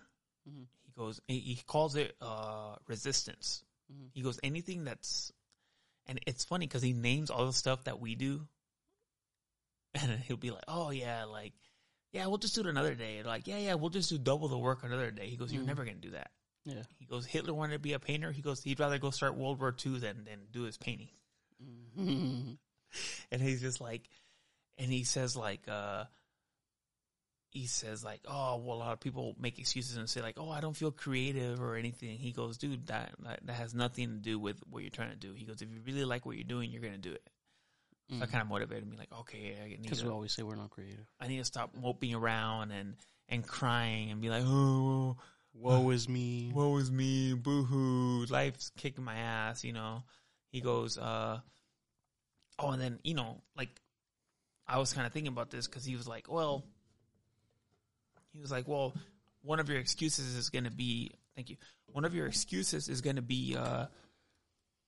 Speaker 2: Mhm.
Speaker 1: He goes, he- he calls it uh, resistance.
Speaker 2: Mhm.
Speaker 1: He goes, anything that's, and it's funny because he names all the stuff that we do, [laughs] and he'll be like, oh yeah, like, yeah, we'll just do it another day. Like, yeah, yeah, we'll just do double the work another day. He goes, you're
Speaker 2: Mhm.
Speaker 1: never gonna do that.
Speaker 2: Yeah.
Speaker 1: He goes, Hitler wanted to be a painter. He goes, he'd rather go start World War II than than do his painting
Speaker 2: [laughs] Mhm.
Speaker 1: and he's just like and he says like uh he says like oh well a lot of people make excuses and say like oh i don't feel creative or anything he goes dude that that, that has nothing to do with what you're trying to do he goes if you really like what you're doing you're gonna do it so that kind of motivated me like okay i need
Speaker 2: Because we
Speaker 1: to,
Speaker 2: always say we're not creative.
Speaker 1: i need to stop moping around and and crying and be like oh
Speaker 2: Woe is me.
Speaker 1: woe is me, boo hoo, life's kicking my ass, you know. He goes, uh, oh, and then, you know, like, I was kind of thinking about this because he was like, well, he was like, well, one of your excuses is going to be, thank you, one of your excuses is going to be, uh,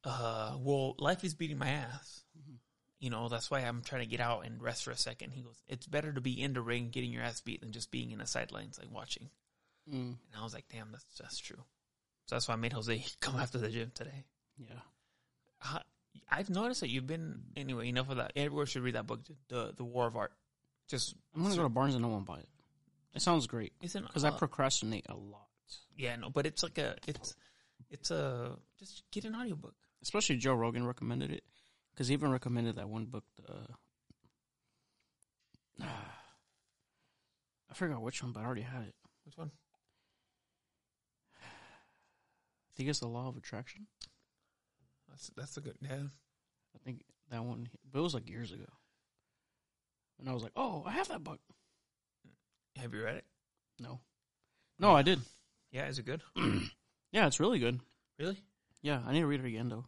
Speaker 1: uh, well, life is beating my ass. You know, that's why I'm trying to get out and rest for a second. He goes, it's better to be in the ring getting your ass beat than just being in the sidelines, like watching.
Speaker 2: Mm.
Speaker 1: And I was like, damn, that's that's true. So that's why I made Jose [laughs] come after the gym today.
Speaker 2: Yeah.
Speaker 1: I, I've noticed that you've been anyway. Enough of that. Everyone should read that book, the the War of Art. Just
Speaker 2: I'm gonna go to Barnes and Noble and buy it. It sounds great
Speaker 1: isn't
Speaker 2: because I
Speaker 1: uh,
Speaker 2: procrastinate a lot,
Speaker 1: yeah no, but it's like a it's it's a just get an audiobook.
Speaker 2: especially Joe Rogan recommended it because he even recommended that one book. The [sighs] I forgot which one, but I already had it. I
Speaker 1: Which one?
Speaker 2: think it's the Law of Attraction.
Speaker 1: That's that's a good yeah.
Speaker 2: I think that one, but it was like years ago. And I was like, "Oh, I have that book."
Speaker 1: Have you read it?
Speaker 2: No, no, I did. [clears throat]
Speaker 1: Yeah, is it good?
Speaker 2: Yeah, it's really good.
Speaker 1: Really?
Speaker 2: Yeah, I need to read it again though.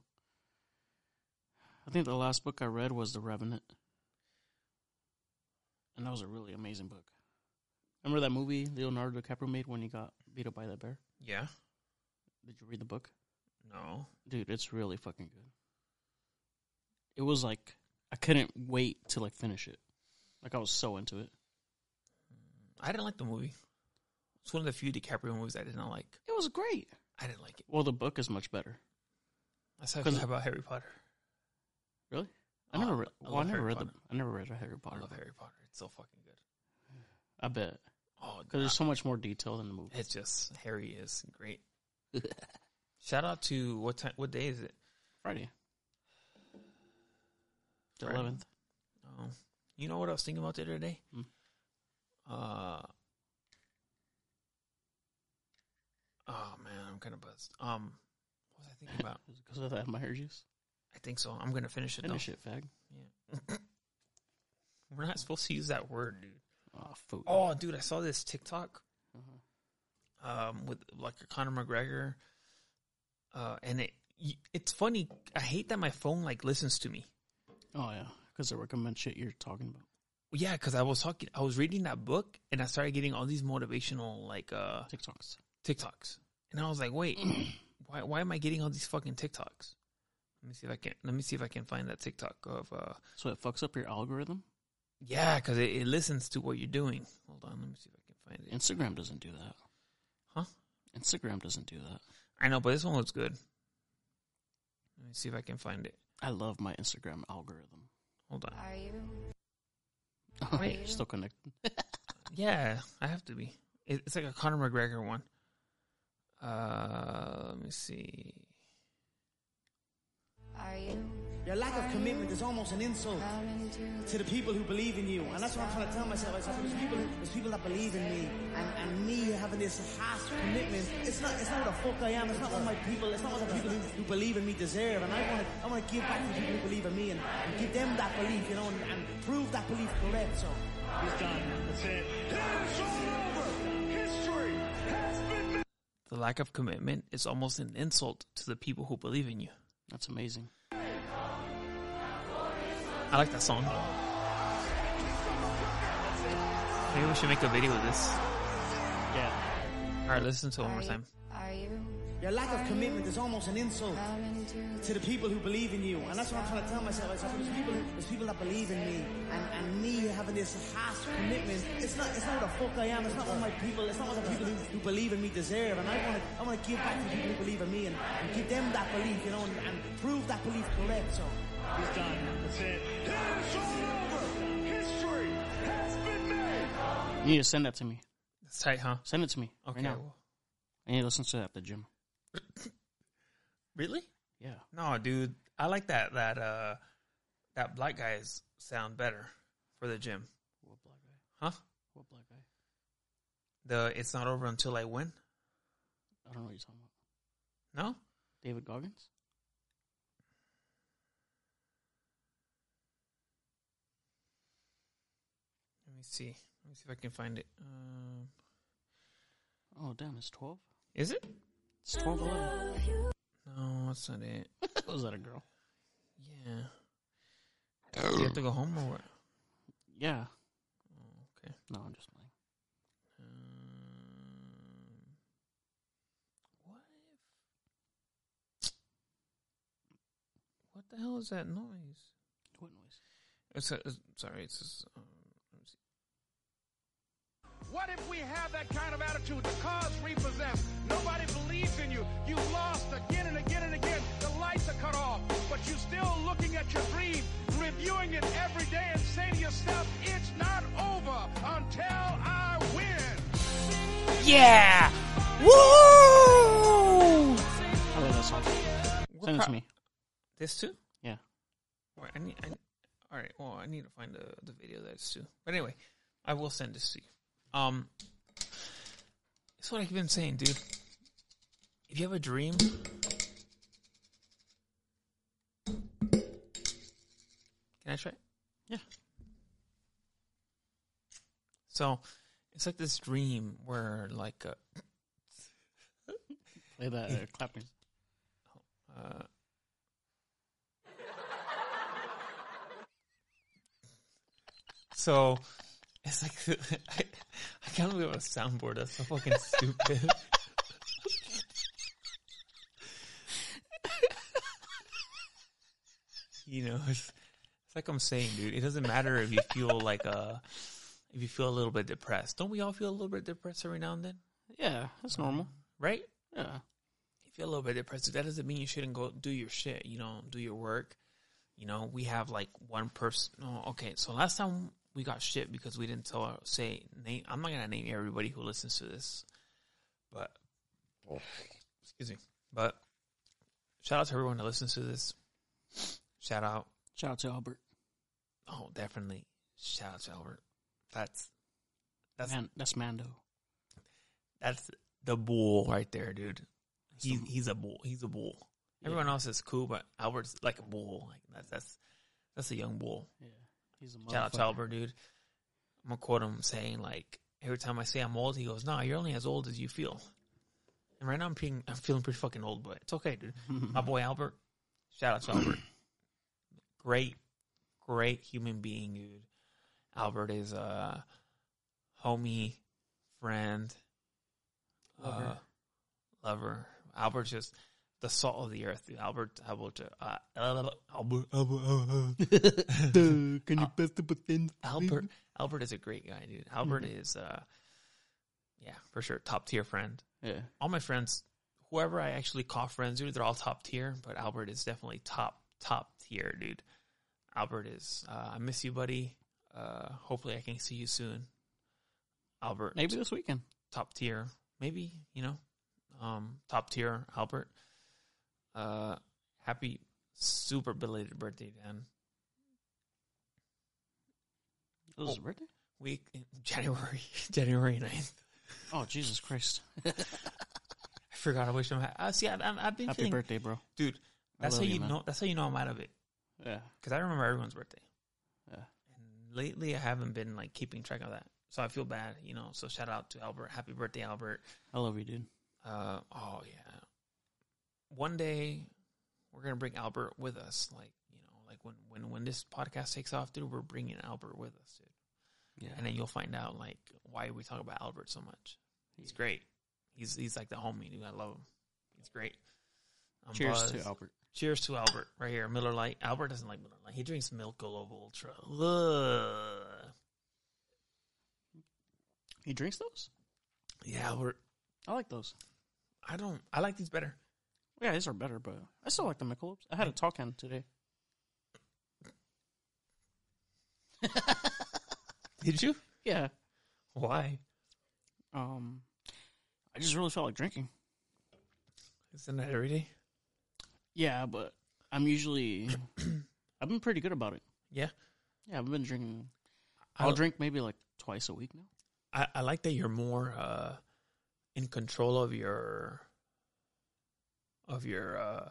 Speaker 2: I think the last book I read was The Revenant. And that was a really amazing book. Remember that movie Leonardo DiCaprio made when he got beat up by that bear?
Speaker 1: Yeah.
Speaker 2: Did you read the book?
Speaker 1: No.
Speaker 2: Dude, it's really fucking good. It was like I couldn't wait to like finish it. Like I was so into it.
Speaker 1: I didn't like the movie. It's one of the few DiCaprio movies I did not like.
Speaker 2: It was great.
Speaker 1: I didn't like it.
Speaker 2: Well, the book is much better.
Speaker 1: That's how I
Speaker 2: 'Cause-
Speaker 1: feel about Harry Potter.
Speaker 2: Really? I
Speaker 1: Oh,
Speaker 2: never read.
Speaker 1: I
Speaker 2: Well, I
Speaker 1: love
Speaker 2: never
Speaker 1: Harry
Speaker 2: read the.
Speaker 1: Potter.
Speaker 2: I never read a Harry
Speaker 1: I
Speaker 2: Potter.
Speaker 1: love
Speaker 2: book.
Speaker 1: Harry Potter. It's so fucking good.
Speaker 2: I bet
Speaker 1: Oh,
Speaker 2: because there's so much more detail than the movie.
Speaker 1: It's just Harry is great.
Speaker 2: [laughs]
Speaker 1: Shout out to what time? What day is it?
Speaker 2: Friday. The
Speaker 1: Friday.
Speaker 2: eleventh.
Speaker 1: Oh, you know what I was thinking about the other day?
Speaker 2: Hmm.
Speaker 1: Uh, oh man, I'm kind of buzzed. Um, what was I thinking about?
Speaker 2: Because of that Meyer juice.
Speaker 1: I think so. I'm gonna finish it
Speaker 2: Finish it, fag.
Speaker 1: though. Yeah. We're not supposed to use that word, dude.
Speaker 2: Oh, food.
Speaker 1: Oh, dude, I saw this TikTok
Speaker 2: Uh-huh.
Speaker 1: um, with like a Conor McGregor, uh, and it y- it's funny. I hate that my phone like listens to me.
Speaker 2: Oh yeah, because they recommend shit you're talking about.
Speaker 1: Yeah, because I was talking, I was reading that book, and I started getting all these motivational like uh
Speaker 2: TikToks. [clears throat]
Speaker 1: TikToks, and I was like, wait,
Speaker 2: Mm.
Speaker 1: why why am I getting all these fucking TikToks? Let me see if I can. Let me see if I can find that TikTok of uh
Speaker 2: So it fucks up your algorithm.
Speaker 1: yeah, because it, it listens to what you're doing. Hold on, let me see if I can find it.
Speaker 2: Instagram doesn't do that.
Speaker 1: Huh?
Speaker 2: Instagram doesn't do that.
Speaker 1: I know, but this one looks good. Let me see if I can find it.
Speaker 2: I love my Instagram algorithm. [laughs]
Speaker 1: Hold on.
Speaker 3: Are you?
Speaker 2: Oh,
Speaker 3: Wait.
Speaker 2: you're still connected.
Speaker 1: Yeah, I have to be. It, it's like a Conor McGregor one. Uh, let me see.
Speaker 3: Are you?
Speaker 4: Your lack of commitment is almost an insult
Speaker 3: Out into
Speaker 4: to the people who believe in you. And that's what I'm trying to tell myself. I said, there's people, there's people that believe in me. And, and me having this half commitment, it's not, it's not what the fuck I am. It's not what my people, it's not what the people who, who believe in me deserve. And I want to, I want to give back to the people who believe in me and, and give them that belief, you know, and, and prove that belief correct. So
Speaker 5: It's done. That's it. It's all over. History has been made.
Speaker 1: The lack of commitment is almost an insult to the people who believe in you.
Speaker 2: That's amazing.
Speaker 1: I like that song. Maybe we should make a video of this.
Speaker 2: Yeah.
Speaker 1: All right, listen to it one more time.
Speaker 3: Are you?
Speaker 4: your lack of commitment is almost an insult.
Speaker 3: Out into
Speaker 4: to the people who believe in you. And that's what I'm trying to tell myself. I said, there's people, there's people that believe in me. And, and me having this harsh commitment, it's not, it's not what the fuck I am. It's not what my people, it's not what the people who, who believe in me deserve. And I want to, I want to give back to the people who believe in me and, and give them that belief, you know, and, and prove that belief correct. So
Speaker 5: It's done. That's it. It's all over. History has been made.
Speaker 2: You need to send that to me.
Speaker 1: It's tight, huh?
Speaker 2: Send it to me.
Speaker 1: Okay.
Speaker 2: Right now.
Speaker 1: well-
Speaker 2: I need to listen to that at the gym.
Speaker 1: Really?
Speaker 2: Yeah.
Speaker 1: No, dude. I like that that uh that black guys sound better for the gym.
Speaker 2: What black guy?
Speaker 1: Huh?
Speaker 2: What black guy?
Speaker 1: The it's not over until I win?
Speaker 2: I don't know what you're talking about.
Speaker 1: No?
Speaker 2: David Goggins?
Speaker 1: Let me see. Let me see if I can find it. Um,
Speaker 2: Oh, damn. It's 12?
Speaker 1: is it?
Speaker 2: It's 12
Speaker 1: No, that's not it.
Speaker 2: Was that a girl?
Speaker 1: Yeah. Do you have to go home or what?
Speaker 2: Yeah.
Speaker 1: Okay.
Speaker 2: No, I'm just lying.
Speaker 1: Um, what? if- What the hell is that noise?
Speaker 2: What noise?
Speaker 1: It's a, it's, sorry, it's just, um, let me see.
Speaker 6: What if we have that kind of attitude? The cause repossessed. Nobody believes in you. You've lost again and again and again. The lights are cut off, but you're still looking at your dream, reviewing it every day, and saying to yourself, it's not over until I win.
Speaker 2: I love that song.
Speaker 1: What
Speaker 2: Send it
Speaker 1: pro-
Speaker 2: to me.
Speaker 1: This too?
Speaker 2: Yeah.
Speaker 1: All right, I need, I, all right. Well, I need to find the the video that's too. But anyway, I will send this to you. Um, it's what I've been saying, dude. If you have a dream, can I try? it?
Speaker 2: Yeah.
Speaker 1: So, it's like this dream where, like, uh,
Speaker 2: Play that uh, clapping.
Speaker 1: Uh, so it's like [laughs] I, I can't believe I have a soundboard. That's so fucking stupid. [laughs] you know, it's, it's like I'm saying, dude. It doesn't matter if you feel like uh if you feel a little bit depressed. Don't we all feel a little bit depressed every now and then,
Speaker 2: Yeah, that's normal.
Speaker 1: right?
Speaker 2: Yeah.
Speaker 1: if you're a little bit depressed, that doesn't mean you shouldn't go do your shit. You know, do your work. You know, we have like one person. Oh, okay, so last time we got shit because we didn't tell our say name. I'm not gonna name everybody who listens to this, but excuse me. But shout out to everyone that listens to this. Shout out.
Speaker 2: Shout out to Albert.
Speaker 1: Oh, definitely. Shout out to Albert. That's
Speaker 2: That's,
Speaker 1: That's-
Speaker 2: Man, that's Mando.
Speaker 1: that's the bull right there, dude. He's
Speaker 2: the-
Speaker 1: he's a bull. He's a bull. Everyone else is cool, but Albert's like a bull. Like that's that's that's a young bull.
Speaker 2: Yeah. He's a
Speaker 1: Shout out to
Speaker 2: motherfucker.
Speaker 1: Albert, dude. I'm gonna quote him saying like every time I say I'm old, he goes, "Nah, you're only as old as you feel." And right now I'm feeling I'm feeling pretty fucking old, but it's okay,
Speaker 2: [laughs]
Speaker 1: dude. My boy Albert. Shout out to Albert. great, great human being, dude. Albert is a homie, friend,
Speaker 2: Lover.
Speaker 1: Uh, lover. Albert's just the salt of the earth. Dude. Albert, Albert, uh, Albert, Albert, Albert,
Speaker 2: can you pass the button?
Speaker 1: Albert Albert is a great guy, dude. Albert is uh yeah, for sure, top tier friend.
Speaker 2: Yeah.
Speaker 1: All my friends, whoever I actually call friends, dude, they're all top tier, but Albert is definitely top top tier, dude. Albert is, uh, I miss you, buddy. Uh, hopefully, I can see you soon. Albert,
Speaker 2: Maybe this weekend.
Speaker 1: top tier. Maybe you know, um, top tier Albert. Uh, happy super belated birthday, Dan.
Speaker 2: It was
Speaker 1: Oh.
Speaker 2: his birthday?
Speaker 1: Week [laughs] January January 9th.
Speaker 2: Oh, Jesus [laughs] Christ.
Speaker 1: I forgot. I wish I'm. Ha- uh, see, I, I, I've been
Speaker 2: Happy
Speaker 1: feeling,
Speaker 2: birthday, bro.
Speaker 1: dude. That's how
Speaker 2: love
Speaker 1: you,
Speaker 2: you, man.
Speaker 1: know. That's how you know I'm out of it.
Speaker 2: Yeah.
Speaker 1: Because I remember everyone's birthday.
Speaker 2: Yeah.
Speaker 1: And lately, I haven't been like keeping track of that, so I feel bad. You know. So shout out to Albert. Happy birthday, Albert.
Speaker 2: I love you, dude.
Speaker 1: Uh, oh yeah. One day we're gonna bring Albert with us. Like you know, like when when when this podcast takes off, dude, we're bringing Albert with us, dude.
Speaker 2: Yeah.
Speaker 1: And then you'll find out like why we talk about Albert so much. He's great. He's he's like the homie, dude. I love him. He's great. I'm
Speaker 2: Cheers
Speaker 1: buzzed.
Speaker 2: to Albert.
Speaker 1: Cheers to Albert right here. Miller Lite. Albert doesn't like Miller Lite. He drinks Milk Gold Ultra. Ugh.
Speaker 2: He drinks those?
Speaker 1: Yeah, Albert.
Speaker 2: I like those.
Speaker 1: I don't. I like these better.
Speaker 2: Yeah, these are better, but I still like the Michelob's. I had a Talkan today.
Speaker 1: Did you?
Speaker 2: Yeah.
Speaker 1: Why?
Speaker 2: Um, I just really felt like drinking.
Speaker 1: Isn't that every day?
Speaker 2: Yeah, but I'm usually, I've been pretty good about it.
Speaker 1: Yeah.
Speaker 2: Yeah, I've been drinking.
Speaker 1: I
Speaker 2: I'll
Speaker 1: don't-
Speaker 2: drink maybe like twice a week now.
Speaker 1: I, I like that you're more uh, in control of your of your uh,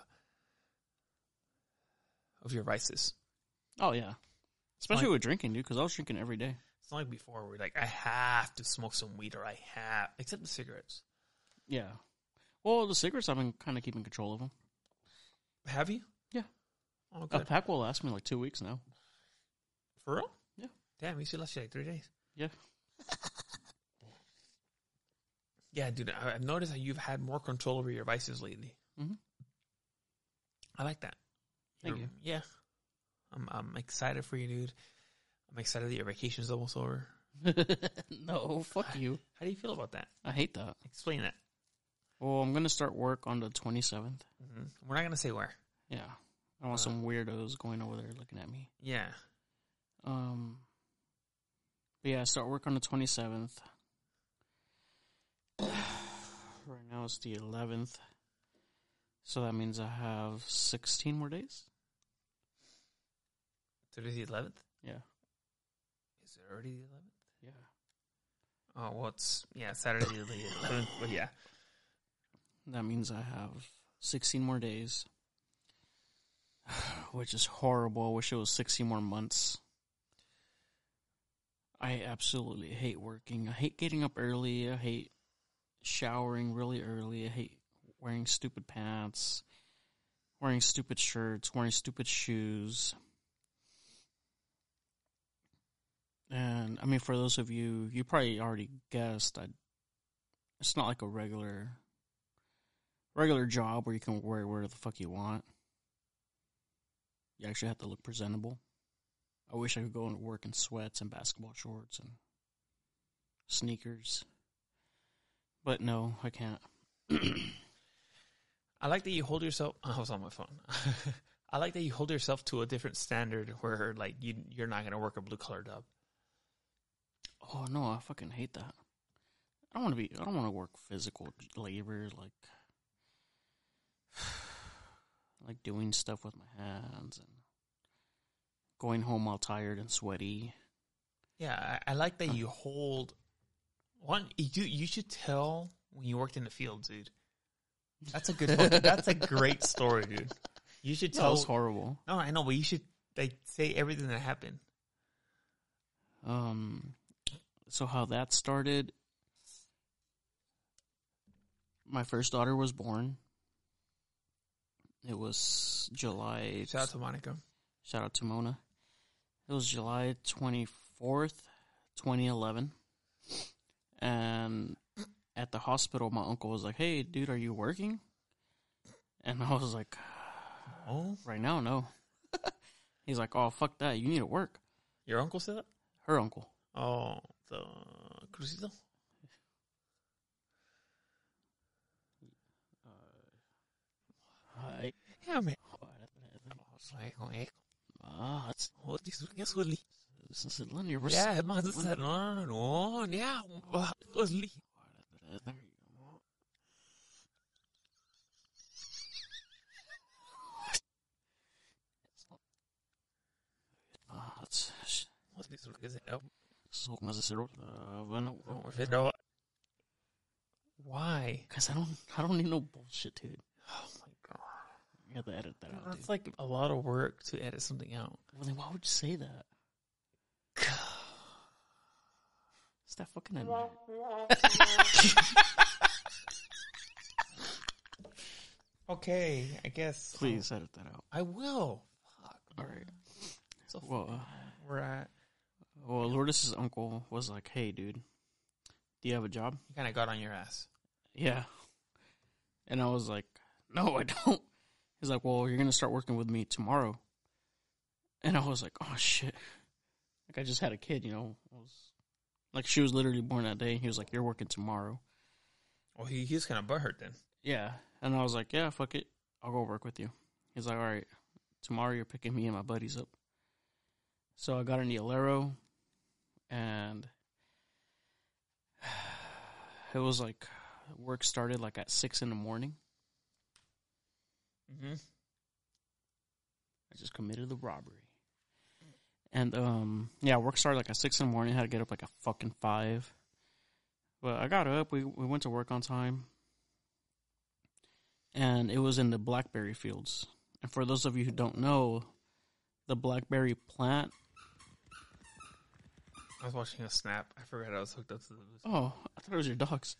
Speaker 1: of your vices.
Speaker 2: Oh yeah, especially
Speaker 1: Like-
Speaker 2: with drinking, dude. Because I was drinking every day.
Speaker 1: It's not like before where like I have to smoke some weed or I have except the cigarettes.
Speaker 2: Yeah. Well, the cigarettes I've been kind of keeping control of them.
Speaker 1: Have you?
Speaker 2: Yeah,
Speaker 1: Oh,
Speaker 2: a
Speaker 1: good.
Speaker 2: pack will last me like two weeks now. [laughs]
Speaker 1: For real?
Speaker 2: Yeah.
Speaker 1: Damn, you should last you like three days.
Speaker 2: Yeah.
Speaker 1: [laughs] Yeah, dude. I, I've noticed that you've had more control over your vices lately.
Speaker 2: Mhm.
Speaker 1: I like that.
Speaker 2: Thank
Speaker 1: You're- Yeah, I'm I'm excited for you, dude. I'm excited that your vacation's almost over.
Speaker 2: no, fuck you.
Speaker 1: How do you feel about that?
Speaker 2: I hate that.
Speaker 1: Explain that.
Speaker 2: Well, I'm gonna start work on the 27th.
Speaker 1: hmm We're not gonna say where.
Speaker 2: Yeah, I want some weirdos going over there looking at me.
Speaker 1: Yeah,
Speaker 2: Um, but yeah, I start work on the 27th. [sighs] right now it's the 11th. So that means I have 16 more days?
Speaker 1: today's the 11th.
Speaker 2: Yeah.
Speaker 1: Is it already the 11th?
Speaker 2: Yeah.
Speaker 1: Oh, well, it's yeah Saturday the [laughs] 11th. But yeah,
Speaker 2: That means I have 16 more days. [sighs] Which is horrible. I wish it was 16 more months. I absolutely hate working. I hate getting up early. I hate showering really early. I hate wearing stupid pants, wearing stupid shirts, wearing stupid shoes. And I mean, for those of you, you probably already guessed. I, it's not like a regular regular job where you can wear whatever the fuck you want. You actually have to look presentable. I wish I could go into work in sweats and basketball shorts and sneakers. But no, I can't.
Speaker 1: I like that you hold yourself. [laughs] I was on my phone. I like that you hold yourself to a different standard where like you you're not gonna work a blue collar job.
Speaker 2: Oh no, I fucking hate that. I don't want to be. I don't want to work physical labor like, [sighs] like doing stuff with my hands and going home all tired and sweaty.
Speaker 1: Yeah, I, I like that you hold one. You you should tell when you worked in the field, dude. That's a good. [laughs] fucking- that's a great story, dude. You should
Speaker 2: That
Speaker 1: tell.
Speaker 2: was horrible.
Speaker 1: no, I know, but you should like say everything that happened.
Speaker 2: Um, so how that started? My first daughter was born. It was July.
Speaker 1: Shout out to Monica.
Speaker 2: shout out to Mona. It was July twenty fourth, twenty eleven, and at the hospital, my uncle was like, "Hey, dude, are you working?" And I was like,
Speaker 1: Oh,
Speaker 2: "Right now,
Speaker 1: [laughs]
Speaker 2: no." He's like, "Oh, fuck that! You need to work."
Speaker 1: your uncle said that.
Speaker 2: Her uncle.
Speaker 1: Oh, the Crucito.
Speaker 2: Hi.
Speaker 1: Yeah, man. Like, oh, eh, like,
Speaker 2: Uh, Ah, it's, this is a linear res- Uh, There you go. Ah, it's- sh- so was this a- uh, well, no,
Speaker 1: Why?
Speaker 2: Cause I don't, I don't need no bullshit, dude.
Speaker 1: Oh my god.
Speaker 2: You have to edit that out. Dude.
Speaker 1: That's like a lot of work to edit something out.
Speaker 2: Well, then why would you say that? [sighs] Stop fucking admit it.
Speaker 1: Okay, I guess.
Speaker 2: Please edit that out.
Speaker 1: I will.
Speaker 2: All right.
Speaker 1: So
Speaker 2: Well, uh,
Speaker 1: we're at.
Speaker 2: well, Lourdes' uncle was like, "Hey, dude, do you have a job?"
Speaker 1: You kind of got on your ass.
Speaker 2: Yeah. And I was like, no, I don't. He's like, well, you're going to start working with me tomorrow. And I was like, oh, shit. Like, I just had a kid, you know. I was, like, she was literally born that day. And he was like, you're working tomorrow.
Speaker 1: Well, he, he was kind of butthurt then.
Speaker 2: Yeah. And I was like, yeah, fuck it. I'll go work with you. He's like, all right. Tomorrow you're picking me and my buddies up. So I got an Alero and [sighs] it was like work started like at six in the morning.
Speaker 1: Mm-hmm.
Speaker 2: I just committed the robbery. And um yeah, work started like at six in the morning, had to get up like a fucking five. But I got up, we we went to work on time. And it was in the blackberry fields. And for those of you who don't know, the blackberry plant
Speaker 1: I was watching a snap. I forgot I was hooked up to the news.
Speaker 2: Oh, I thought it was your dogs.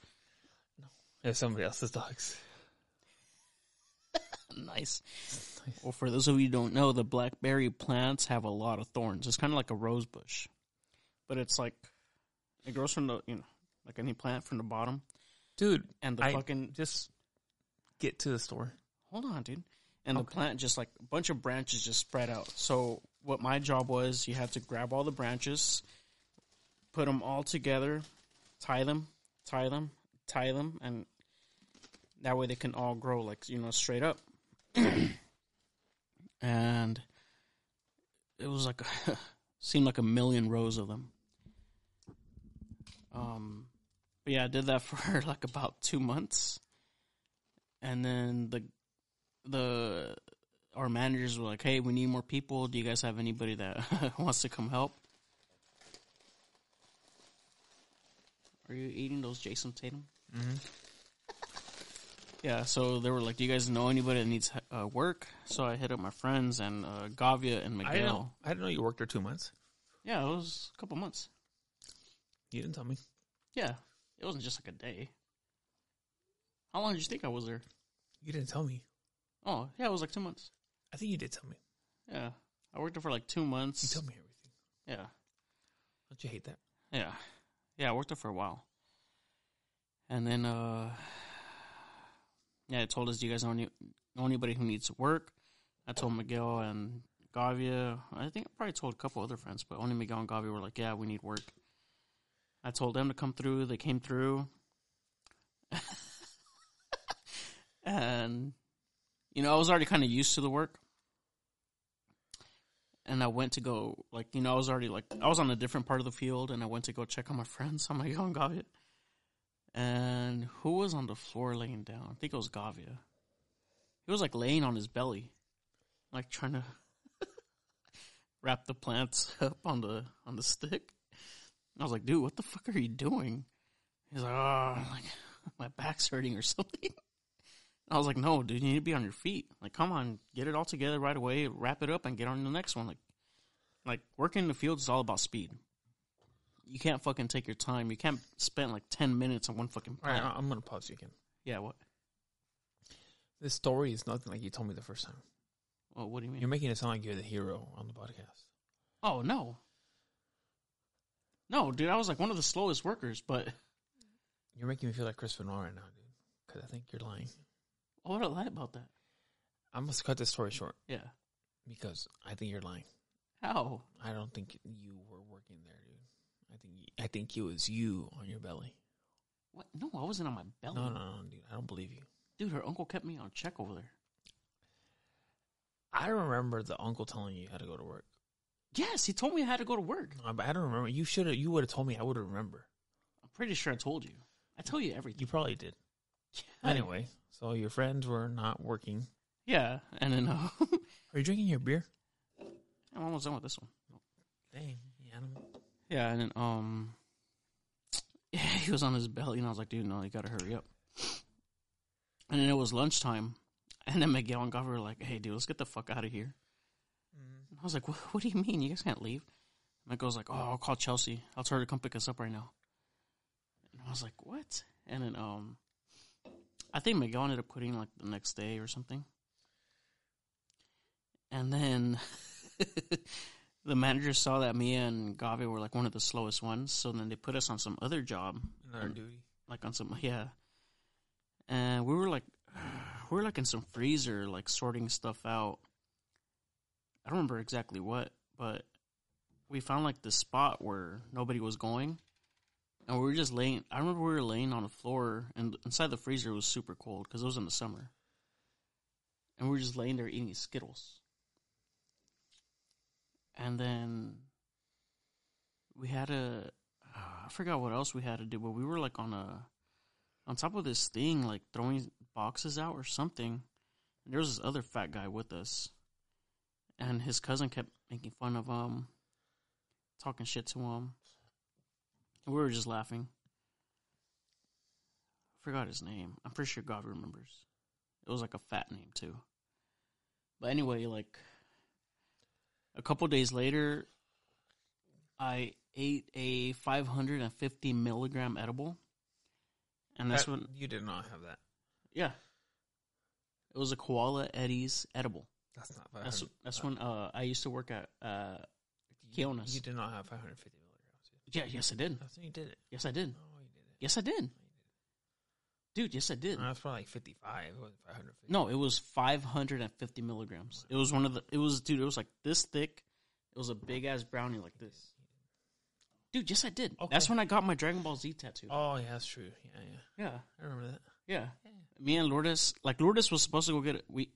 Speaker 1: It was somebody else's dogs.
Speaker 2: Nice. Well, for those of you who don't know, the blackberry plants have a lot of thorns. It's kind of like a rose bush, but it's like it grows from the you know like any plant from the bottom.
Speaker 1: Dude,
Speaker 2: And the
Speaker 1: I-
Speaker 2: fucking
Speaker 1: just get to the store.
Speaker 2: hold on, dude. And the plant just like a bunch of branches just spread out. So what my job was, you had to grab all the branches, put them all together, tie them, tie them, tie them, and that way they can all grow like you know straight up. [clears throat] and it was like seemed like a [laughs] million rows of them. Um, but yeah, I did that [laughs] for like about two months, and then the the our managers were like, "Hey, we need more people. Do you guys have anybody that [laughs] wants to come help?" Are you eating those Jason Tatum? Mm-hmm. yeah. So they were like, "Do you guys know anybody that needs uh, work?" So I hit up my friends and uh, Gavia and
Speaker 1: I didn't, know,
Speaker 2: Miguel.
Speaker 1: I didn't know you worked there two months.
Speaker 2: Yeah, it was a couple months.
Speaker 1: You didn't tell me.
Speaker 2: Yeah, it wasn't just like a day. How long did you think I was there?
Speaker 1: You didn't tell me.
Speaker 2: Oh, yeah, it was like two months.
Speaker 1: I think you did tell me.
Speaker 2: Yeah, I worked there for like two months.
Speaker 1: You told me everything.
Speaker 2: Yeah,
Speaker 1: Don't you hate that?
Speaker 2: yeah, yeah. I worked there for a while, and then uh, yeah, it told us, "Do you guys know, any, know anybody who needs work?" I told Miguel and Gavia. I think I probably told a couple other friends, but only Miguel and Gavia were like, "Yeah, we need work." I told them to come through. They came through, [laughs] and you know, I was already kind of used to the work. And I went to go, like, you know, I was already like, I was on a different part of the field, and I went to go check on my friends on my own Gavia. And who was on the floor laying down? I think it was Gavia. He was like laying on his belly, like trying to [laughs] wrap the plants [laughs] up on the on the stick. I was like, dude, what the fuck are you doing? He's like, oh, like [laughs] my back's hurting or [laughs] something. I was like, no, dude, you need to be on your feet. Like, come on, get it all together right away, wrap it up, and get on to the next one. Like, like working in the field is all about speed. You can't fucking take your time. You can't spend like ten minutes on one fucking
Speaker 1: All right,
Speaker 2: plant.
Speaker 1: I- I'm going to pause you again.
Speaker 2: Yeah, what?
Speaker 1: This story is nothing like you told me the first time.
Speaker 2: Well, what do you mean?
Speaker 1: You're making it sound like you're the hero on the podcast.
Speaker 2: Oh no. No, dude, I was like one of the slowest workers, but [laughs]
Speaker 1: You're making me feel like Chris Benoit right now, dude. Because I think you're lying.
Speaker 2: what would I lie about that?
Speaker 1: I'm going to cut this story short
Speaker 2: Yeah.
Speaker 1: because I think you're lying.
Speaker 2: How?
Speaker 1: I don't think you were working there, dude. I think I think it was you on your belly.
Speaker 2: What? No, I wasn't on my belly.
Speaker 1: No, no, no, dude. I don't believe you.
Speaker 2: Dude, her uncle kept me on check over there.
Speaker 1: I remember the uncle telling you you had to go to work.
Speaker 2: Yes, he told me I had to go to work.
Speaker 1: Uh, But I don't remember. You should have. You would have told me. I would have remember.
Speaker 2: I'm pretty sure I told you. I tell you everything.
Speaker 1: You probably did. Anyway, so your friends were not working.
Speaker 2: Yeah, and then [laughs] uh, I'm
Speaker 1: Are you drinking your beer?
Speaker 2: almost done with this one.
Speaker 1: Dang, yeah, I don't-
Speaker 2: Yeah, and then um, [laughs] yeah, he was on his belly, and I was like, dude, no, you gotta hurry up. And then it was lunchtime, and then Miguel and Gov were like, hey, dude, let's get the fuck out of here. And I was like, what, what do you mean? You guys can't leave. And Miguel's like, oh, I'll call Chelsea. I'll tell her to come pick us up right now. And I was like, what? And then um, I think Miguel ended up quitting like the next day or something. And then [laughs] the manager saw that me and Gavi were like one of the slowest ones, so then they put us on some other job,
Speaker 1: another duty.
Speaker 2: like on some yeah. And we were like, [sighs] we were like in some freezer, like sorting stuff out. I don't remember exactly what, but we found like this spot where nobody was going, and we were just laying. I remember we were laying on the floor, and inside the freezer it was super cold because it was in the summer, and we were just laying there eating Skittles. And then we had a I forgot what else we had to do, but we were like on a on top of this thing, like throwing boxes out or something. And there was this other fat guy with us, and his cousin kept making fun of him, talking shit to him. And we were just laughing. Forgot his name. I'm pretty sure God remembers. It was like a fat name too. But anyway, like a couple days later, I ate a 550 milligram edible, and that's
Speaker 1: That-
Speaker 2: when
Speaker 1: Uh, you did not have that.
Speaker 2: yeah. It was a koala Eddie's edible.
Speaker 1: That's not
Speaker 2: That's
Speaker 1: 500.
Speaker 2: that's when uh, I used to work at uh,
Speaker 1: You
Speaker 2: Keonas.
Speaker 1: did not have 550 milligrams.
Speaker 2: Yeah, yes I did.
Speaker 1: I think Oh, you did it.
Speaker 2: Yes I did.
Speaker 1: No, you did it.
Speaker 2: Yes I did. Dude, yes I did.
Speaker 1: No, Uh, That's probably like 55. It wasn't 550.
Speaker 2: No, it was 550 milligrams. It was one of the. It was dude. It was like this thick. It was a big ass brownie like this. Dude, yes I did. That's
Speaker 1: Okay.
Speaker 2: when I got my Dragon Ball Z tattoo.
Speaker 1: Oh, yeah, that's true. Yeah, yeah.
Speaker 2: Yeah,
Speaker 1: I remember that.
Speaker 2: yeah. Me and Lourdes, like Lourdes was supposed to go get it. We,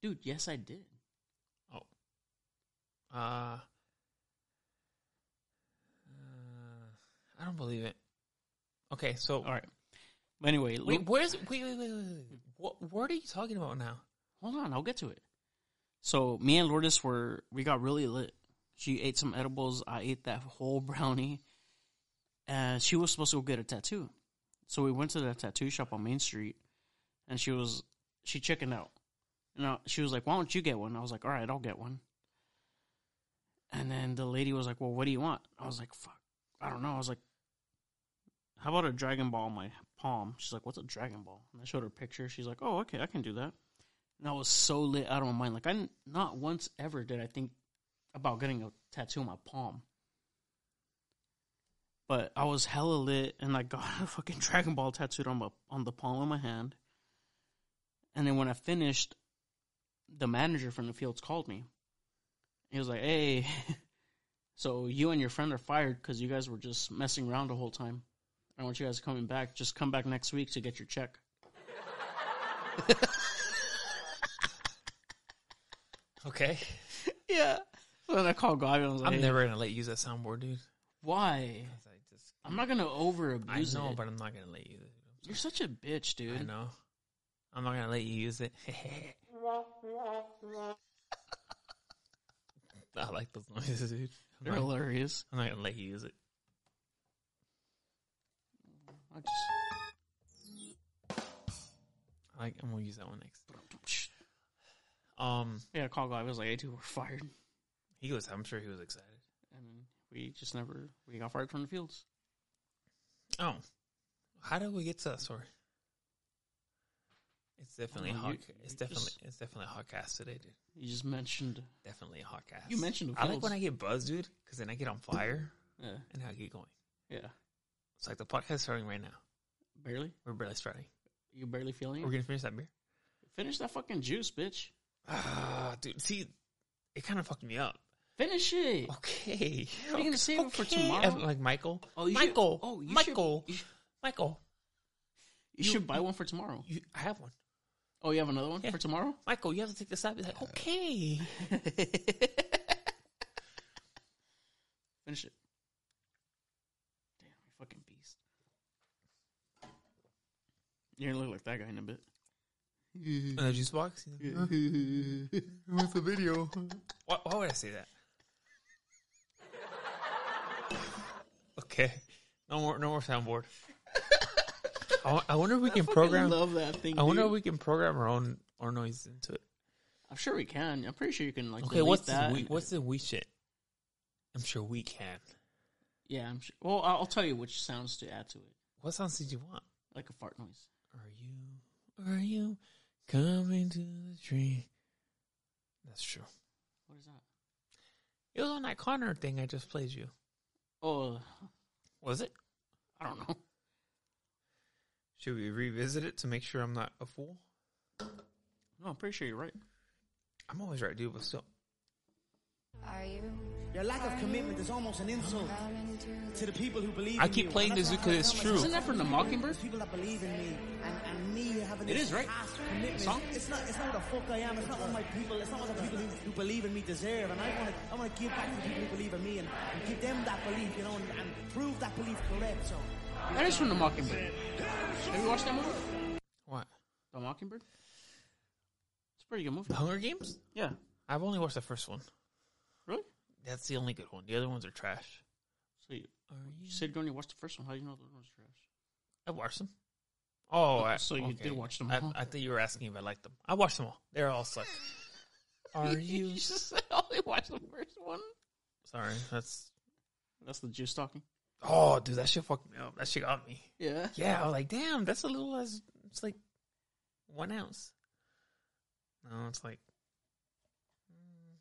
Speaker 2: dude, yes I did.
Speaker 1: Oh. Uh, uh, uh, I don't believe it. Okay, so.
Speaker 2: All right. But anyway,
Speaker 1: Wait,
Speaker 2: Lou-
Speaker 1: where's. Wait, wait, wait, wait. wait. What, what are you talking about now?
Speaker 2: hold on, I'll get to it. So me and Lourdes were we got really lit. She ate some edibles. I ate that whole [laughs] brownie, and she was supposed to go get a tattoo. So we went to the tattoo shop on Main Street, and she was she chickened out. And I, she was like, "Why don't you get one?" I was like, "All right, I'll get one." And then the lady was like, "Well, what do you want?" I was like, "Fuck, I don't know." I was like, "How about a Dragon Ball on my palm?" She's like, "What's a Dragon Ball?" And I showed her a picture. She's like, "Oh, okay, I can do that." and I was so lit out of my mind. Like I n- not once ever did I think about getting a tattoo on my palm. But I was hella lit, and I got [laughs] a fucking Dragon Ball tattooed on my on the palm of my hand. And then when I finished, the manager from the fields called me. He was like, "Hey, [laughs] so you and your friend are fired because you guys were just messing around the whole time. I want you guys coming back. Just come back next week to get your check." [laughs]
Speaker 1: Okay.
Speaker 2: [laughs] Yeah. So then I called Gabi. and I was like,
Speaker 1: I'm
Speaker 2: "Hey,
Speaker 1: never going to let you use that soundboard, dude.
Speaker 2: Why?
Speaker 1: It's like, just-
Speaker 2: I'm not gonna over
Speaker 1: I
Speaker 2: abuse
Speaker 1: know,
Speaker 2: it.
Speaker 1: but I'm not going to let you.
Speaker 2: You're such a bitch, dude.
Speaker 1: I know. I'm not going to let you use it. [laughs] I like those noises, dude. I'm
Speaker 2: You're
Speaker 1: not-
Speaker 2: hilarious.
Speaker 1: I'm not going to let you use it.
Speaker 2: I just
Speaker 1: I like, I'm gonna use that one next. Um,
Speaker 2: yeah, call guy was like, "Hey, dude, we're fired,"
Speaker 1: he was. I'm sure he was excited.
Speaker 2: and then we just never we got fired from the fields.
Speaker 1: Oh, how did we get to that story? It's definitely
Speaker 2: know,
Speaker 1: hot.
Speaker 2: Oh, you-
Speaker 1: It's
Speaker 2: you
Speaker 1: definitely
Speaker 2: just-
Speaker 1: it's definitely a hot cast today, dude.
Speaker 2: You just mentioned,
Speaker 1: Definitely a hot cast.
Speaker 2: You mentioned the
Speaker 1: I like
Speaker 2: feels.
Speaker 1: when I get buzzed, dude, because then I get on fire
Speaker 2: yeah,
Speaker 1: and I get going.
Speaker 2: uh, yeah,
Speaker 1: It's like the podcast is starting right now.
Speaker 2: barely.
Speaker 1: We're barely starting.
Speaker 2: You barely feeling.
Speaker 1: We're
Speaker 2: it?
Speaker 1: gonna finish that beer.
Speaker 2: Finish that fucking juice, bitch.
Speaker 1: Ah, dude. See, it kind of fucked me up.
Speaker 2: Finish it.
Speaker 1: Okay.
Speaker 2: What are you gonna save it for tomorrow?
Speaker 1: Like Michael.
Speaker 2: Oh, you should-
Speaker 1: Michael.
Speaker 2: oh, you should-
Speaker 1: Michael.
Speaker 2: you-
Speaker 1: Michael.
Speaker 2: You, should buy one for tomorrow.
Speaker 1: You, I have one.
Speaker 2: Oh, you have another one
Speaker 1: Yeah.
Speaker 2: for tomorrow?
Speaker 1: Michael, you have to take this out. He's like, okay.
Speaker 2: Finish it. Damn, you're a fucking beast. You're gonna look like that guy in a bit.
Speaker 1: And the juice
Speaker 2: [laughs]
Speaker 1: box. He's like,
Speaker 2: What's the video?
Speaker 1: Why, why would I say that? Okay, no more, no more soundboard. [laughs] I, wa- I wonder if we can program.
Speaker 2: love that thing.
Speaker 1: I wonder
Speaker 2: dude.
Speaker 1: if we can program our own our noise into it.
Speaker 2: I'm sure we can. I'm pretty sure you can like.
Speaker 1: Okay,
Speaker 2: delete
Speaker 1: what's
Speaker 2: that?
Speaker 1: the we,
Speaker 2: and-
Speaker 1: what's the we shit? I'm sure we can.
Speaker 2: Yeah, I'm sure. Well, I'll I'll tell you which sounds to add to it,
Speaker 1: What sounds did you want?
Speaker 2: like a fart noise.
Speaker 1: Are you are you coming to the tree? That's true.
Speaker 2: What is that?
Speaker 1: It was on that Connor thing I just played you.
Speaker 2: Oh,
Speaker 1: Was it?
Speaker 2: I don't know.
Speaker 1: Should we revisit it to make sure I'm not a fool?
Speaker 2: No, I'm pretty sure you're right.
Speaker 1: I'm always right, dude, but still.
Speaker 3: Are you
Speaker 4: Your lack of commitment is almost an insult
Speaker 3: coming to
Speaker 4: to the people who believe
Speaker 1: I
Speaker 4: in you.
Speaker 1: keep playing
Speaker 4: And
Speaker 1: this
Speaker 4: that's
Speaker 1: because it's
Speaker 4: why I
Speaker 1: true.
Speaker 4: tell myself,
Speaker 2: Isn't that from the Mockingbird?
Speaker 4: There's people that believe in me and, and me having
Speaker 2: It
Speaker 4: this
Speaker 2: is, right?
Speaker 4: past commitment.
Speaker 2: Song?
Speaker 4: It's not it's not what the fuck I am, it's not what my people, it's not what the people who, who believe in me deserve. And I wanna I wanna give back to the people who believe in me and, and give them that belief, you know, and, and prove that belief correct. So
Speaker 2: That is from the Mockingbird. Have you watched that movie?
Speaker 1: What?
Speaker 2: The Mockingbird. It's a pretty good movie.
Speaker 1: The Hunger Games?
Speaker 2: Yeah.
Speaker 1: I've only watched the first one.
Speaker 2: Really?
Speaker 1: That's the only good one. The other ones are trash.
Speaker 2: So you, you said you only watched the first one. How do you know the other one's trash? [laughs]
Speaker 1: I watched them. Oh, I-
Speaker 2: so you did watch them
Speaker 1: I,
Speaker 2: all.
Speaker 1: I think you were asking if I liked them. I watched them all. They're all [laughs] suck. Are you?
Speaker 2: just said I only watched the first one.
Speaker 1: Sorry, that's.
Speaker 2: That's the juice talking.
Speaker 1: Oh, dude, that shit fucked me up. That shit got me.
Speaker 2: Yeah.
Speaker 1: Yeah, I was like, damn, that's a little as it's like one ounce. No, it's like mm,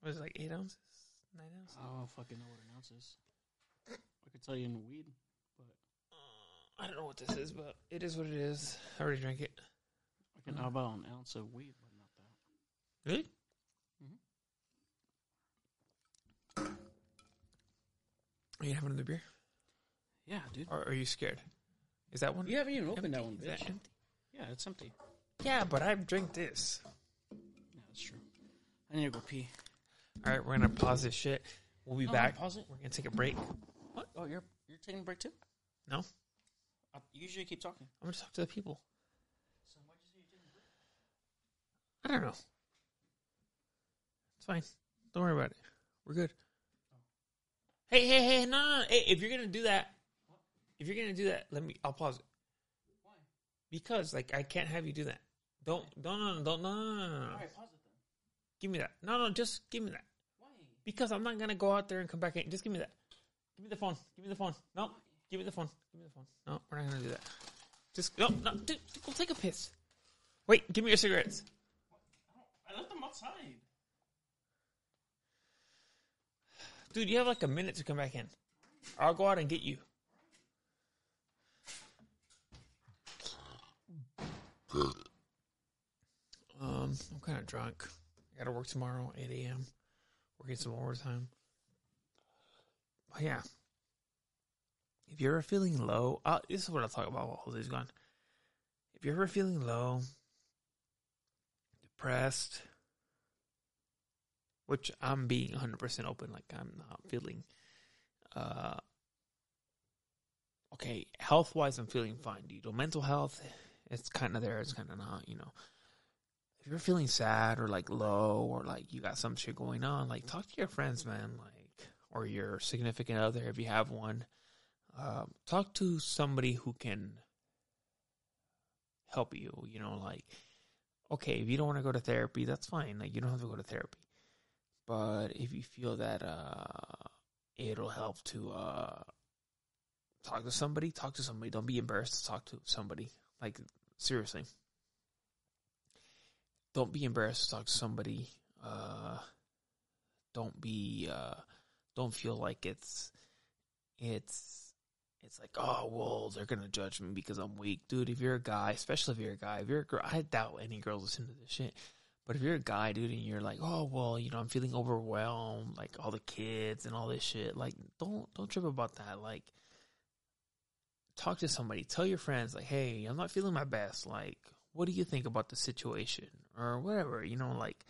Speaker 1: what is it, like eight ounces, nine ounces?
Speaker 2: I don't fucking know what an ounce is. I could tell you in the weed, but
Speaker 1: I don't know what this is, but it is what it is. I already drank it.
Speaker 2: I can know about an ounce of weed, but not that.
Speaker 1: Really? Mm-hmm. Are you having another beer,
Speaker 2: Yeah, dude.
Speaker 1: or are you scared? Is that one?
Speaker 2: You haven't even opened that one,
Speaker 1: Is that
Speaker 2: bitch.
Speaker 1: empty?
Speaker 2: Yeah, it's empty.
Speaker 1: Yeah, but I drink this.
Speaker 2: Yeah, that's true. I need to go pee.
Speaker 1: All right, we're gonna pause this shit. We'll be
Speaker 2: No,
Speaker 1: back.
Speaker 2: Oh, pause it.
Speaker 1: We're gonna take a break.
Speaker 2: What? Oh, you're you're taking a break too?
Speaker 1: No, I'm
Speaker 2: I usually keep talking.
Speaker 1: gonna talk to the people.
Speaker 2: So why'd you say you're taking a break?
Speaker 1: I don't know. It's fine. Don't worry about it. We're good. Hey, hey, hey, no, no, no. Hey, if you're gonna do that, if you're gonna do that, let me. I'll pause it.
Speaker 2: Why?
Speaker 1: Because like I can't have you do that. Don't, don't, no, no, don't, no, no, no, no, no.
Speaker 2: All right, pause it then.
Speaker 1: Give me that. No, no, just give me that.
Speaker 2: Why?
Speaker 1: Because I'm not gonna go out there and come back in. Just give me that. Give me the phone. Give me the phone. No, give me the phone. Give me the phone. No, we're not gonna do that. Just no, no. Dude, go take a piss. Wait, give me your cigarettes.
Speaker 2: I left them outside.
Speaker 1: Dude, you have like a minute to come back in. I'll go out and get you. Um, I'm kind of drunk. I gotta work tomorrow, 8 a.m. Working some overtime. But yeah, if you're ever feeling low, uh, this is what I'll talk about while Jose's gone. If you're ever feeling low, depressed, which I'm being 100% open, like I'm not feeling, uh, okay, health wise, I'm feeling fine, dude. Mental health, it's kind of there, it's kind of not, you know. If you're feeling sad or like low or like you got some shit going on, like talk to your friends, man, like, or your significant other if you have one. Um, talk to somebody who can help you, you know, like, okay, if you don't want to go to therapy, that's fine. Like, you don't have to go to therapy but if you feel that uh, it'll help to uh, talk to somebody, talk to somebody. Don't be embarrassed to talk to somebody. Like seriously, don't be embarrassed to talk to somebody. Uh, don't be. Uh, don't feel like it's it's it's like oh well they're gonna judge me because I'm weak, dude. If you're a guy, especially if you're a guy, if you're a girl, I doubt any girls listen to this shit. But if you're a guy, dude, and you're like, oh well, you know, I'm feeling overwhelmed, like all the kids and all this shit, like don't don't trip about that. Like talk to somebody, tell your friends, like, hey, I'm not feeling my best. Like, what do you think about the situation or whatever? You know, like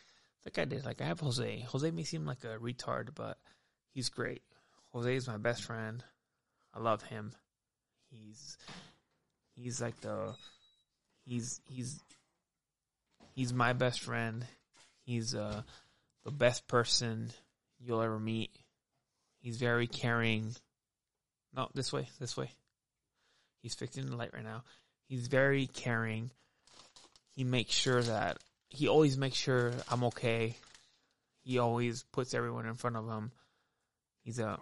Speaker 1: like I did. Like I have Jose. Jose may seem like a retard, but he's great. Jose is my best friend. I love him. He's he's like the he's he's he's my best friend. He's uh the best person you'll ever meet. He's very caring. No, this way, this way. He's fixing the light right now. He's very caring. He makes sure that he always makes sure I'm okay. He always puts everyone in front of him. He's a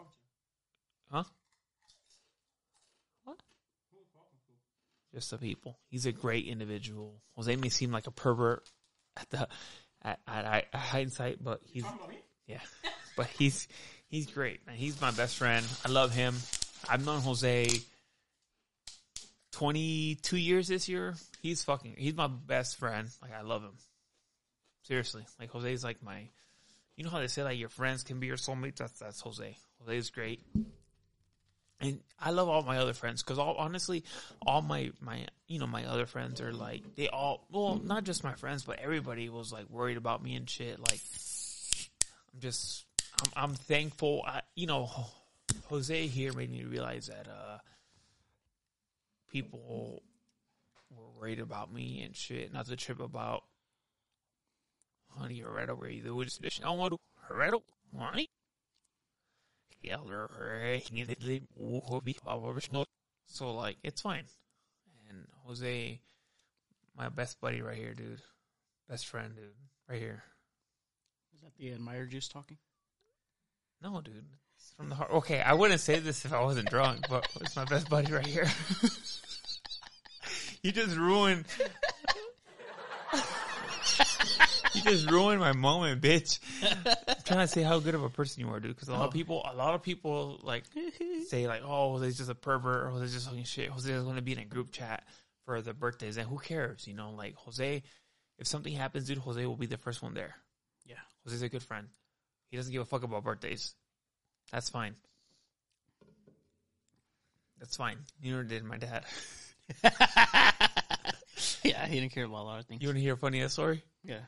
Speaker 1: huh? What? Just the people. He's a great individual. Jose may seem like a pervert at the at, at, at hindsight, but he's yeah, but he's he's great. Man. He's my best friend. I love him. I've known Jose twenty two years this year. He's fucking. He's my best friend. Like I love him. Seriously, like Jose's like my. You know how they say like your friends can be your soulmates. That's that's Jose. Jose's great. And I love all my other friends because all honestly, all my my you know my other friends are like they all well not just my friends but everybody was like worried about me and shit like I'm just I'm, I'm thankful. I, you know, Jose here made me realize that uh, people were worried about me and shit. Not to trip about, honey, Herrera, where you do this dish? I want to Herrera, honey. So like, it's fine. And Jose, my best buddy right here, dude, best friend, dude, right here.
Speaker 2: Is that the admire juice talking?
Speaker 1: No, dude. It's from the heart. Okay, I wouldn't say this if I wasn't drunk, but it's my best buddy right here. [laughs] you just ruined. [laughs] you just ruined my moment, bitch. I'm trying to say how good of a person you are, dude. Because a lot of people, a lot of people like say like, "Oh, Jose's just a pervert. or Jose's just talking shit. Jose's going to be in a group chat for the birthdays, and who cares? You know, like Jose. If something happens, dude, Jose will be the first one there.
Speaker 2: Yeah.
Speaker 1: Jose's a good friend. He doesn't give a fuck about birthdays. That's fine. That's fine. You never did my dad.
Speaker 2: [laughs]
Speaker 1: [laughs]
Speaker 2: Yeah, he didn't care about a lot of things.
Speaker 1: You want to hear a funny story?
Speaker 2: yeah.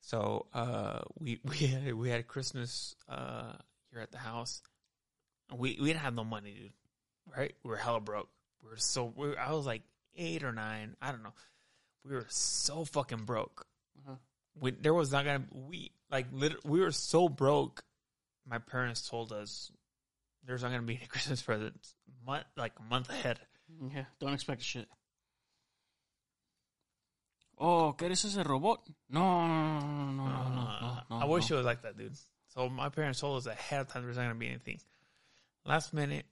Speaker 1: So uh, we [laughs] we had, we had Christmas uh, here at the house. We we didn't have no money, dude. Right? We were hella broke. We were so we were, I was like eight or nine. I don't know. We were so fucking broke. We, there was not gonna we like lit, we were so broke. My parents told us there's not gonna be any [laughs] Christmas presents month like a month ahead.
Speaker 2: Yeah, don't expect shit. Oh, ¿quieres ese robot? No, no, no, no, no, no, no, no,
Speaker 1: I wish it was like that, dude. So my parents told us ahead of time there's not gonna be anything. Last minute,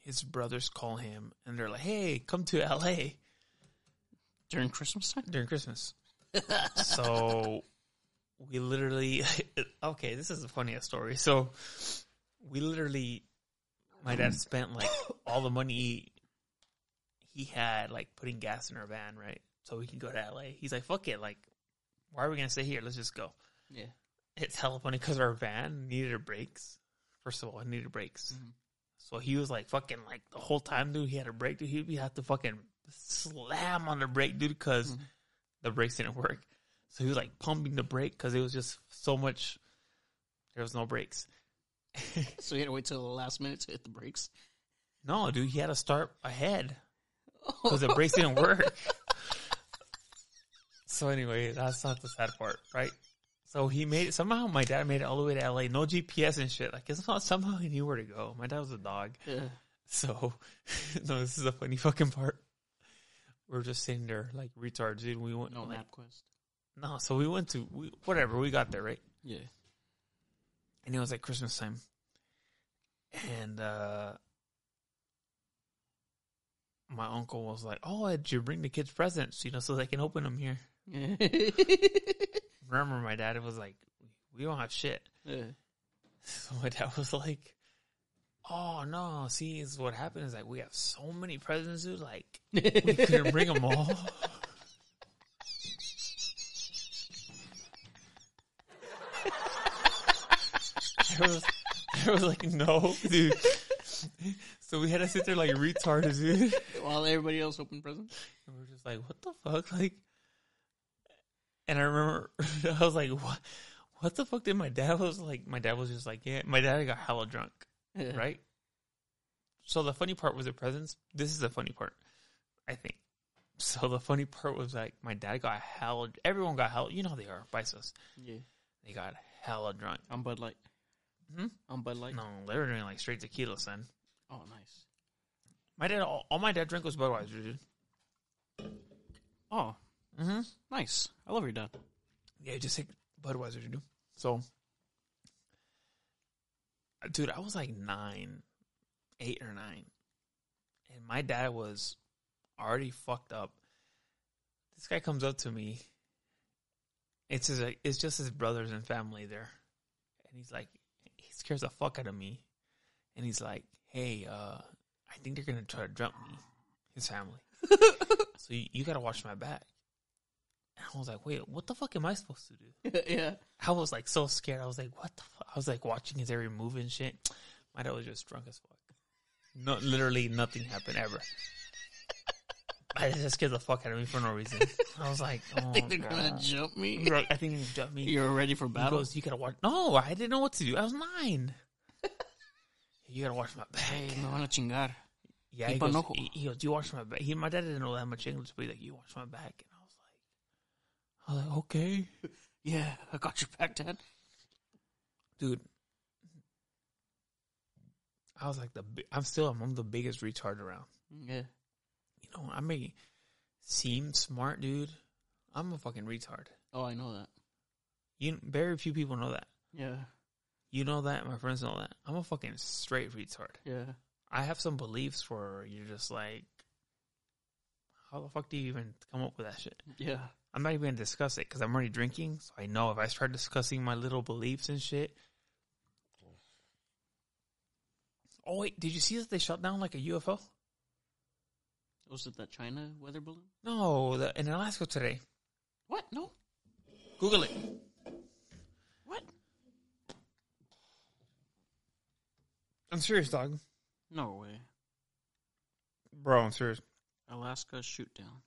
Speaker 1: his brothers call him and they're like, "Hey, come to L.A.
Speaker 2: During Christmas time?
Speaker 1: during Christmas." so we literally, [laughs] okay, this is the funniest story. So we literally, my dad spent like all the money he had, like putting gas in our van, right, so we can go to L.A. He's like, "Fuck it, like, why are we gonna stay here? Let's just go."
Speaker 2: Yeah. [laughs]
Speaker 1: it's hella funny because our van needed brakes. First of all, it needed brakes. So he was like fucking like the whole time, dude. He had a brake, dude. He'd be have to fucking slam on the brake, dude, because the brakes didn't work. So he was like pumping the brake because it was just so much. There was no brakes.
Speaker 2: So you had to wait till the last minute to hit the brakes.
Speaker 1: No, dude, he had to start ahead because the brakes didn't work. [laughs] so anyway, that's not the sad part, right? So he made it somehow. My dad made it all the way to LA, no GPS and shit. Like it's not somehow he knew where to go. My dad was a dog,
Speaker 2: Yeah.
Speaker 1: so [laughs] no. This is the funny fucking part. We We're just sitting there like retards, dude. We went
Speaker 2: No,
Speaker 1: like,
Speaker 2: MapQuest.
Speaker 1: no. So we went to we, whatever. We got there right
Speaker 2: Yeah.
Speaker 1: and it was like Christmas time. And uh my uncle was like, "Oh, did you bring the kids presents? You know, so they can open them here."
Speaker 2: [laughs]
Speaker 1: Remember, my dad was like, "We don't have shit."
Speaker 2: yeah.
Speaker 1: [laughs] So my dad was like, "Oh no, see, is what happened is like we have so many presents, dude. Like we couldn't bring them all." [laughs] there was, there was like no, dude. So we had to sit there like retarded, dude.
Speaker 2: While everybody else opened presents.
Speaker 1: And we're just like, what the fuck? Like, and I remember [laughs] I was like, what? What the fuck did my dad was like? My dad was just like, yeah. My dad got hella drunk, right? So the funny part was the presents. This is the funny part, I think. So the funny part was like my dad got hella. Everyone got hella. You know how they are bisos.
Speaker 2: Yeah.
Speaker 1: They got hella drunk.
Speaker 2: I'm Bud Light.
Speaker 1: Hmm?
Speaker 2: I'm Bud Light.
Speaker 1: No, they were drinking like straight tequila, son.
Speaker 2: Oh, nice.
Speaker 1: My dad, all, all my dad drank was Budweiser, dude.
Speaker 2: Oh,
Speaker 1: Mm-hmm.
Speaker 2: nice. I love your dad.
Speaker 1: Yeah, just take Budweiser, dude. So, dude, I was like nine, eight or nine, and my dad was already fucked up. This guy comes up to me. It's his, it's just his brothers and family there, and he's like, he scares the fuck out of me, and he's like, "Hey, uh, I think they're gonna try to jump me, his family.
Speaker 2: [laughs]
Speaker 1: so you, you gotta watch my back." And I was like, "Wait, what the fuck am I supposed to do?"
Speaker 2: [laughs] yeah.
Speaker 1: I was like so scared. I was like, what the fuck? I was like watching his every move and shit. My dad was just drunk as fuck. No, literally nothing happened
Speaker 2: [laughs]
Speaker 1: ever. I just scared the fuck out of me for no reason. I was like, oh,
Speaker 2: [laughs] I think they're gonna jump me.
Speaker 1: God. I think he jumped me.
Speaker 2: You're ready for
Speaker 1: He
Speaker 2: battle.
Speaker 1: goes, you gotta watch. No, I didn't know what to do. I was nine. you gotta watch my back.
Speaker 2: Hey, me van a chingar.
Speaker 1: Yeah, he
Speaker 2: Keep an
Speaker 1: goes,
Speaker 2: ojo.
Speaker 1: he, he goes, you watch my back. He, my dad didn't know that much English, but he's like, you watch my back. And I was like, I was like, okay.
Speaker 2: Yeah, I got your back, Dad.
Speaker 1: dude. I was like the bi- I'm still among the biggest retard around.
Speaker 2: Mm, Yeah.
Speaker 1: You know, I may seem smart, dude. I'm a fucking retard.
Speaker 2: Oh, I know that.
Speaker 1: You very few people know that.
Speaker 2: Yeah.
Speaker 1: You know that. My friends know that. I'm a fucking straight retard.
Speaker 2: Yeah.
Speaker 1: I have some beliefs where you're just like, how the fuck do you even come up with that shit?
Speaker 2: Yeah.
Speaker 1: I'm not even gonna discuss it because I'm already drinking, so I know if I start discussing my little beliefs and shit. Oh wait, did you see that they shot down like a UFO?
Speaker 2: Was it that China weather balloon?
Speaker 1: No, the, in Alaska today.
Speaker 2: What? No.
Speaker 1: Google it.
Speaker 2: What?
Speaker 1: I'm serious, dog.
Speaker 2: No way.
Speaker 1: Bro, I'm serious.
Speaker 2: Alaska shoot down.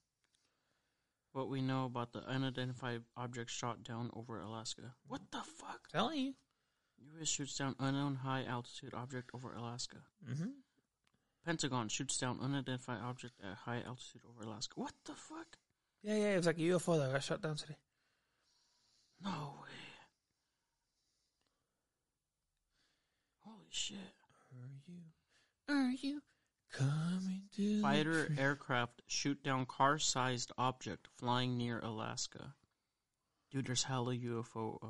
Speaker 2: What we know about the unidentified object shot down over Alaska. What the fuck?
Speaker 1: telling you.
Speaker 2: U.S. shoots down unknown high altitude object over Alaska.
Speaker 1: Mm-hmm.
Speaker 2: Pentagon shoots down unidentified object at high altitude over Alaska. What the fuck?
Speaker 1: Yeah, yeah, it was like a UFO that got shot down today.
Speaker 2: No way. Holy shit.
Speaker 1: Are you? Are you coming to? the
Speaker 2: Fighter
Speaker 1: tree?
Speaker 2: aircraft shoot down car sized object flying near Alaska. Dude, there's hella UFO uh,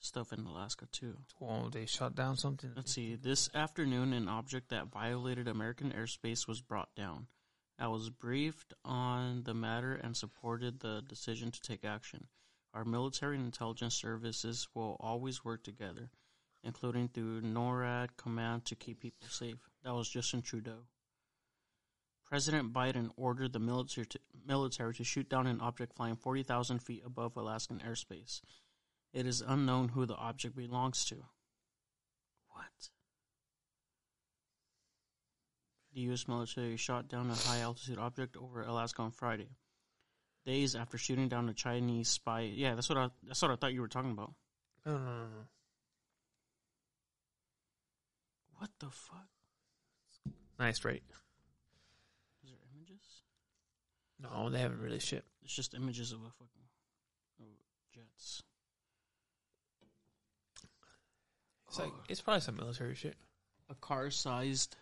Speaker 2: stuff in Alaska too.
Speaker 1: Oh, they shot down something.
Speaker 2: Let's see. This afternoon, an object that violated American airspace was brought down. I was briefed on the matter and supported the decision to take action. Our military and intelligence services will always work together, including through NORAD command to keep people safe. That was Justin Trudeau. President Biden ordered the military to, military to shoot down an object flying 40,000 feet above Alaskan airspace. It is unknown who the object belongs to. What? The U.S. military shot down a high altitude object over Alaska on Friday, days after shooting down a Chinese spy. Yeah, that's what I that's what I thought you were talking about.
Speaker 1: No, no, no, no.
Speaker 2: What the fuck?
Speaker 1: Nice, right?
Speaker 2: Is there images?
Speaker 1: No, they haven't really shit.
Speaker 2: It's just images of a fucking of jets.
Speaker 1: It's
Speaker 2: [sighs]
Speaker 1: like it's probably some military shit.
Speaker 2: A car-sized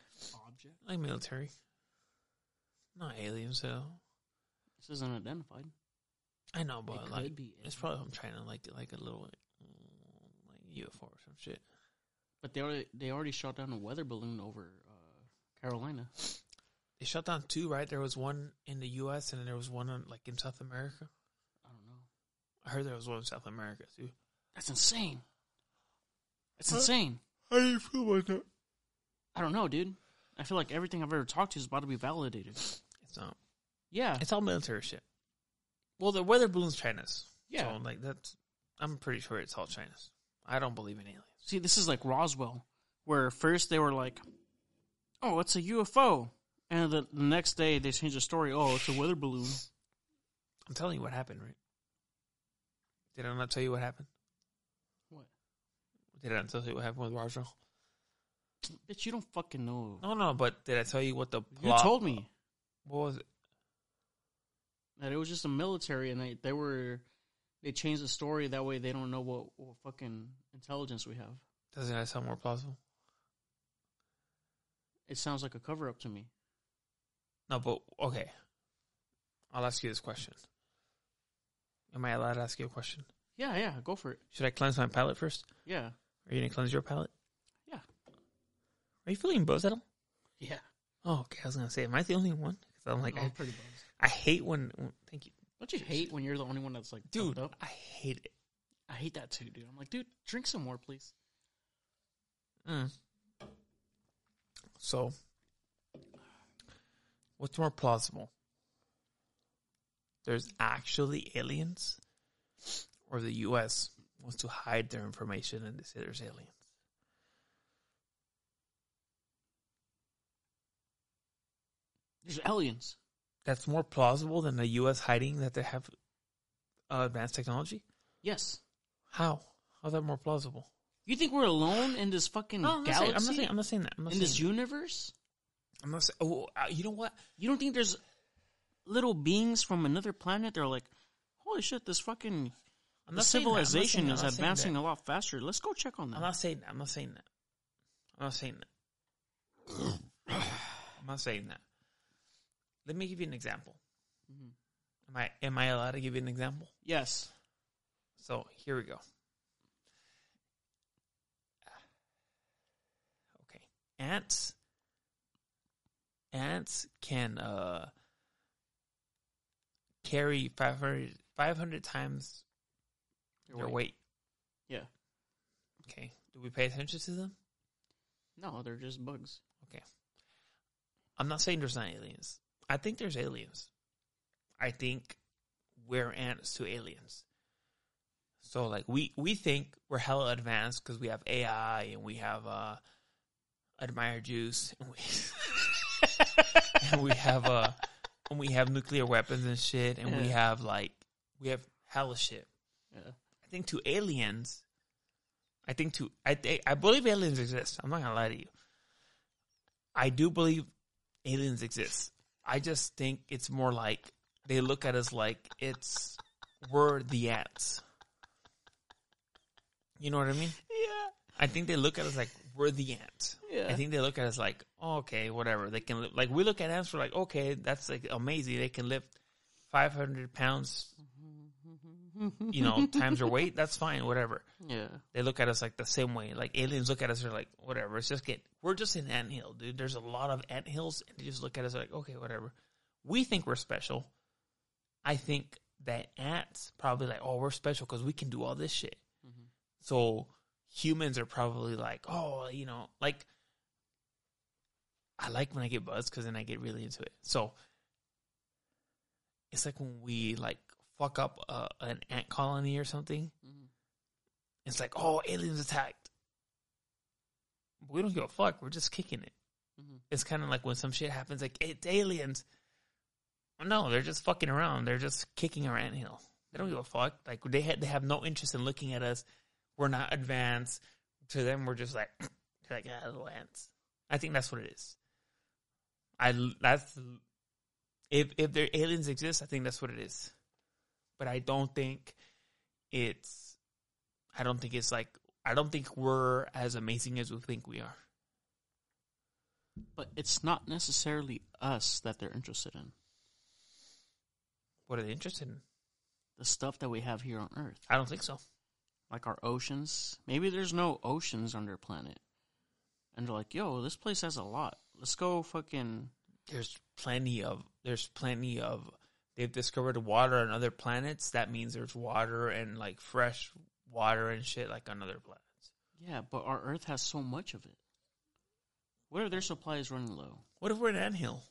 Speaker 2: object.
Speaker 1: like military. Not aliens though.
Speaker 2: This isn't identified.
Speaker 1: I know, but
Speaker 2: could
Speaker 1: like
Speaker 2: be
Speaker 1: it's
Speaker 2: alien.
Speaker 1: probably from China, like like a little like, like UFO or some shit.
Speaker 2: But they already they already shot down a weather balloon over uh, Carolina.
Speaker 1: They shut down two, right? There was one in the U.S. and then there was one on, like in South America.
Speaker 2: I don't know.
Speaker 1: I heard there was one in South America too.
Speaker 2: That's insane. That's insane.
Speaker 1: How do you feel about that?
Speaker 2: I don't know, dude. I feel like everything I've ever talked to is about to be validated.
Speaker 1: It's not.
Speaker 2: Yeah.
Speaker 1: It's all military shit. Well, the weather balloon's China's.
Speaker 2: Yeah.
Speaker 1: So like that's. I'm pretty sure it's all China's. I don't believe in aliens.
Speaker 2: See, this is like Roswell, where first they were like, "Oh, it's a UFO," and the, the next day they changed the story. Oh, it's a weather balloon.
Speaker 1: I'm telling you what happened, right? Did I not tell you what happened?
Speaker 2: What?
Speaker 1: Did I not tell you what happened with Rajal?
Speaker 2: Bitch, you don't fucking know.
Speaker 1: No, no. But did I tell you what the
Speaker 2: you
Speaker 1: plot?
Speaker 2: told me
Speaker 1: What was it?
Speaker 2: that it was just a military, and they, they were they changed the story that way. They don't know what, what fucking intelligence we have.
Speaker 1: Doesn't that sound more plausible?
Speaker 2: It sounds like a cover up to me.
Speaker 1: No, but okay. I'll ask you this question. Am I allowed to ask you a question?
Speaker 2: Yeah, yeah, go for it.
Speaker 1: Should I cleanse my palate first?
Speaker 2: Yeah,
Speaker 1: Are you gonna cleanse your palate?
Speaker 2: yeah,
Speaker 1: Are you feeling buzzed at all?
Speaker 2: yeah.
Speaker 1: Oh, okay. I was gonna say, am I the only one? 'Cause I'm like,
Speaker 2: No,
Speaker 1: I,
Speaker 2: I'm [laughs] pretty buzzed.
Speaker 1: I hate when. when- Thank you,
Speaker 2: Don't you hate when you're the only one that's like,
Speaker 1: dude.
Speaker 2: fucked Up?
Speaker 1: I hate it.
Speaker 2: I hate that too, dude. I'm like, dude, drink some more, please.
Speaker 1: Mm. So, what's more plausible? There's actually aliens, or the U.S. wants to hide their information and they say there's aliens.
Speaker 2: There's aliens.
Speaker 1: That's more plausible than the U.S. hiding that they have uh, advanced technology.
Speaker 2: Yes.
Speaker 1: How? How's that more plausible?
Speaker 2: You think we're alone in this fucking
Speaker 1: No, I'm not,
Speaker 2: galaxy?
Speaker 1: saying, I'm not saying. I'm not saying that. I'm not
Speaker 2: in this
Speaker 1: saying.
Speaker 2: universe?
Speaker 1: I'm not saying. Oh, uh, you know what?
Speaker 2: You don't think there's little beings from another planet that are like, holy shit, this fucking
Speaker 1: I'm
Speaker 2: the
Speaker 1: not saying that. I'm not
Speaker 2: civilization
Speaker 1: saying- I'm
Speaker 2: is
Speaker 1: not saying
Speaker 2: advancing
Speaker 1: that.
Speaker 2: a lot faster. Let's go check on
Speaker 1: I'm
Speaker 2: them.
Speaker 1: not saying that. I'm not saying that. I'm not saying that. I'm not saying that. Let me give you an example. Am I am I allowed to give you an example?
Speaker 2: yes.
Speaker 1: So here we go. Okay, ants. Ants can uh, carry 500, 500 times their weight.
Speaker 2: Yeah.
Speaker 1: Okay, do we pay attention to them?
Speaker 2: No, they're just bugs.
Speaker 1: Okay. I'm not saying there's not aliens. I think there's aliens. I think we're ants to aliens. So like we we think we're hella advanced because we have AI and we have uh admire juice and we [laughs] and we have uh and we have nuclear weapons and shit and we
Speaker 2: Yeah.
Speaker 1: have like we have hella shit.
Speaker 2: Yeah.
Speaker 1: I think to aliens, I think to I thi- I believe aliens exist. I'm not gonna lie to you. I do believe aliens exist. I just think it's more like they look at us like it's we're the ants. You know what I mean?
Speaker 2: Yeah.
Speaker 1: I think they look at us like we're the ant.
Speaker 2: Yeah.
Speaker 1: I think they look at us like, oh, okay, whatever. They can live. like we look at ants. We're like, okay, that's like amazing. They can lift five hundred pounds, you know, times their weight. That's fine, whatever.
Speaker 2: Yeah.
Speaker 1: They look at us like the same way. Like aliens look at us. They're like, whatever. It's just get. We're just an anthill, dude. There's a lot of anthills, and they just look at us like, okay, whatever. We think we're special. I think that ants probably like, oh, we're special because we can do all this shit. So humans are probably like, oh, you know, like I like when I get buzzed because then I get really into it. So it's like when we like fuck up uh, an ant colony or something. It's like, oh, aliens attacked. We don't give a fuck. We're just kicking it. It's kind of like when some shit happens, like it's aliens. No, they're just fucking around. They're just kicking our anthill. They don't give a fuck. Like they had, they have no interest in looking at us. We're not advanced. To them, we're just like, [clears throat] they're like ah, little ants. I think that's what it is. I l- that's if if there aliens exist, I think that's what it is. But I don't think it's. I don't think it's like. I don't think we're as amazing as we think we are.
Speaker 2: But it's not necessarily us that they're interested in.
Speaker 1: What are they interested in?
Speaker 2: The stuff that we have here on Earth.
Speaker 1: I don't think so.
Speaker 2: like our oceans. Maybe there's no oceans on their planet. And they're like, yo, this place has a lot. Let's go fucking.
Speaker 1: There's plenty of. There's plenty of. They've discovered water on other planets. That means there's water and like fresh water and shit like on other planets.
Speaker 2: Yeah, but our Earth has so much of it. What if their supply is running low?
Speaker 1: What if we're an anthill?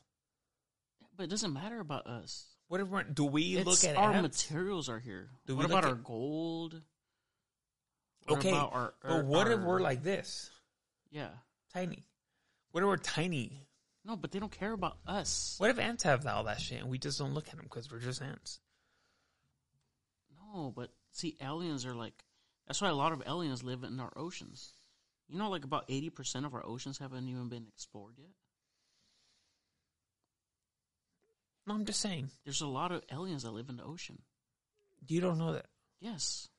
Speaker 2: But it doesn't matter about us.
Speaker 1: What if we're? Do we
Speaker 2: It's-
Speaker 1: look at
Speaker 2: our
Speaker 1: ants?
Speaker 2: materials are here.
Speaker 1: Do we
Speaker 2: what
Speaker 1: look
Speaker 2: about our
Speaker 1: at-
Speaker 2: gold? What
Speaker 1: Okay,
Speaker 2: about our
Speaker 1: but what if
Speaker 2: our-
Speaker 1: we're like this,
Speaker 2: Yeah.
Speaker 1: tiny? What if we're tiny?
Speaker 2: No, but they don't care about us.
Speaker 1: What if ants have all that shit and we just don't look at them because we're just ants?
Speaker 2: No, but see, aliens are like. That's why a lot of aliens live in our oceans. You know, like about 80% of our oceans haven't even been explored yet?
Speaker 1: No, I'm just saying.
Speaker 2: There's a lot of aliens that live in the ocean.
Speaker 1: You don't know that.
Speaker 2: Yes.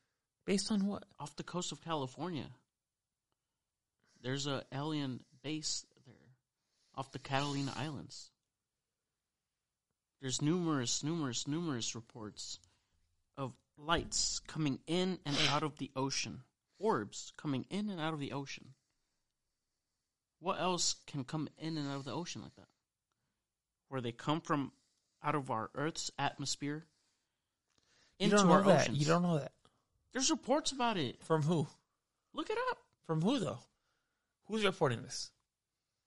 Speaker 1: Based on what?
Speaker 2: Off the coast of California. There's a alien base there. Off the Catalina Islands. There's numerous, numerous, numerous reports of lights coming in and out of the ocean. Orbs coming in and out of the ocean. What else can come in and out of the ocean like that? Where they come from out of our Earth's atmosphere
Speaker 1: you don't know that. You don't know that.
Speaker 2: There's reports about it.
Speaker 1: From who?
Speaker 2: Look it up.
Speaker 1: From who though? Who's reporting this?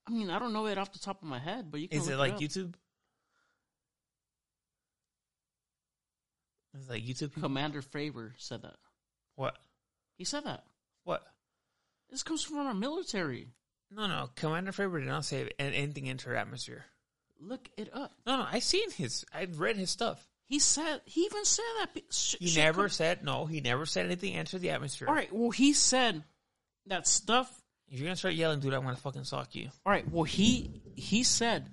Speaker 2: I mean, I don't know it off the top of my head, but you can.
Speaker 1: Is
Speaker 2: look
Speaker 1: it like
Speaker 2: up.
Speaker 1: YouTube? Is it like YouTube? people?
Speaker 2: Commander Faber said that.
Speaker 1: What?
Speaker 2: He said that.
Speaker 1: What?
Speaker 2: This comes from our military.
Speaker 1: No, no. Commander Faber did not say an- anything into her atmosphere.
Speaker 2: Look it up.
Speaker 1: No, no. I seen his. I read his stuff.
Speaker 2: He said he even said that. pe- sh-
Speaker 1: He
Speaker 2: shit
Speaker 1: never
Speaker 2: come-
Speaker 1: said no. He never said anything into the atmosphere.
Speaker 2: All right. Well, he said that stuff.
Speaker 1: If you're gonna start yelling, dude, I'm gonna fucking sock you.
Speaker 2: All right. Well, he he said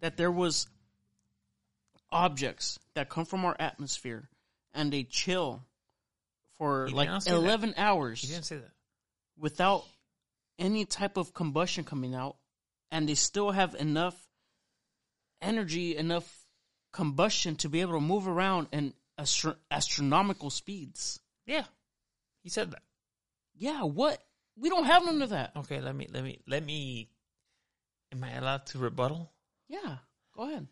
Speaker 2: that there was objects that come from our atmosphere and they chill for
Speaker 1: He did
Speaker 2: like
Speaker 1: not say that.
Speaker 2: eleven hours.
Speaker 1: He didn't say that.
Speaker 2: without any type of combustion coming out, and they still have enough energy, enough combustion to be able to move around in astro- astronomical speeds.
Speaker 1: Yeah, he said that.
Speaker 2: Yeah, what? We don't have none of that.
Speaker 1: Okay, let me, let me, let me. Am I allowed to rebuttal?
Speaker 2: Yeah, go ahead.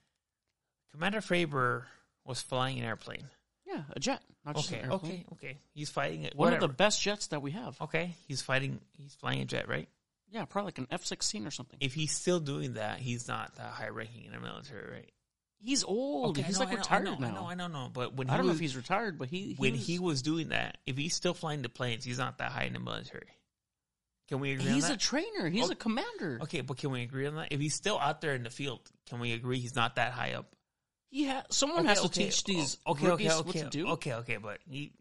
Speaker 1: Commander Faber was flying an airplane.
Speaker 2: Yeah, a jet. Not just an
Speaker 1: Okay,
Speaker 2: airplane.
Speaker 1: okay, okay. He's fighting it.
Speaker 2: One
Speaker 1: Whatever.
Speaker 2: of the best jets that we have.
Speaker 1: okay, he's fighting. He's flying a jet, right?
Speaker 2: Yeah, probably like an F sixteen or something.
Speaker 1: If he's still doing that, he's not that high ranking in the military, right?
Speaker 2: He's old.
Speaker 1: Okay, I
Speaker 2: he's
Speaker 1: know,
Speaker 2: like
Speaker 1: I know,
Speaker 2: retired
Speaker 1: I know,
Speaker 2: now.
Speaker 1: I know, I know, no. But when
Speaker 2: I
Speaker 1: he
Speaker 2: don't know
Speaker 1: was,
Speaker 2: if he's retired, but he, he
Speaker 1: when
Speaker 2: was-
Speaker 1: he was doing that, if he's still flying the planes, he's not that high in the military. Can we agree?
Speaker 2: he's
Speaker 1: on
Speaker 2: a
Speaker 1: that?
Speaker 2: trainer. He's
Speaker 1: Oh,
Speaker 2: a commander.
Speaker 1: Okay, but can we agree on that? If he's still out there in the field, can we agree he's not that high up?
Speaker 2: He ha- someone has to teach these
Speaker 1: oh, okay, okay,
Speaker 2: rookies
Speaker 1: okay,
Speaker 2: what to do.
Speaker 1: okay, okay, but he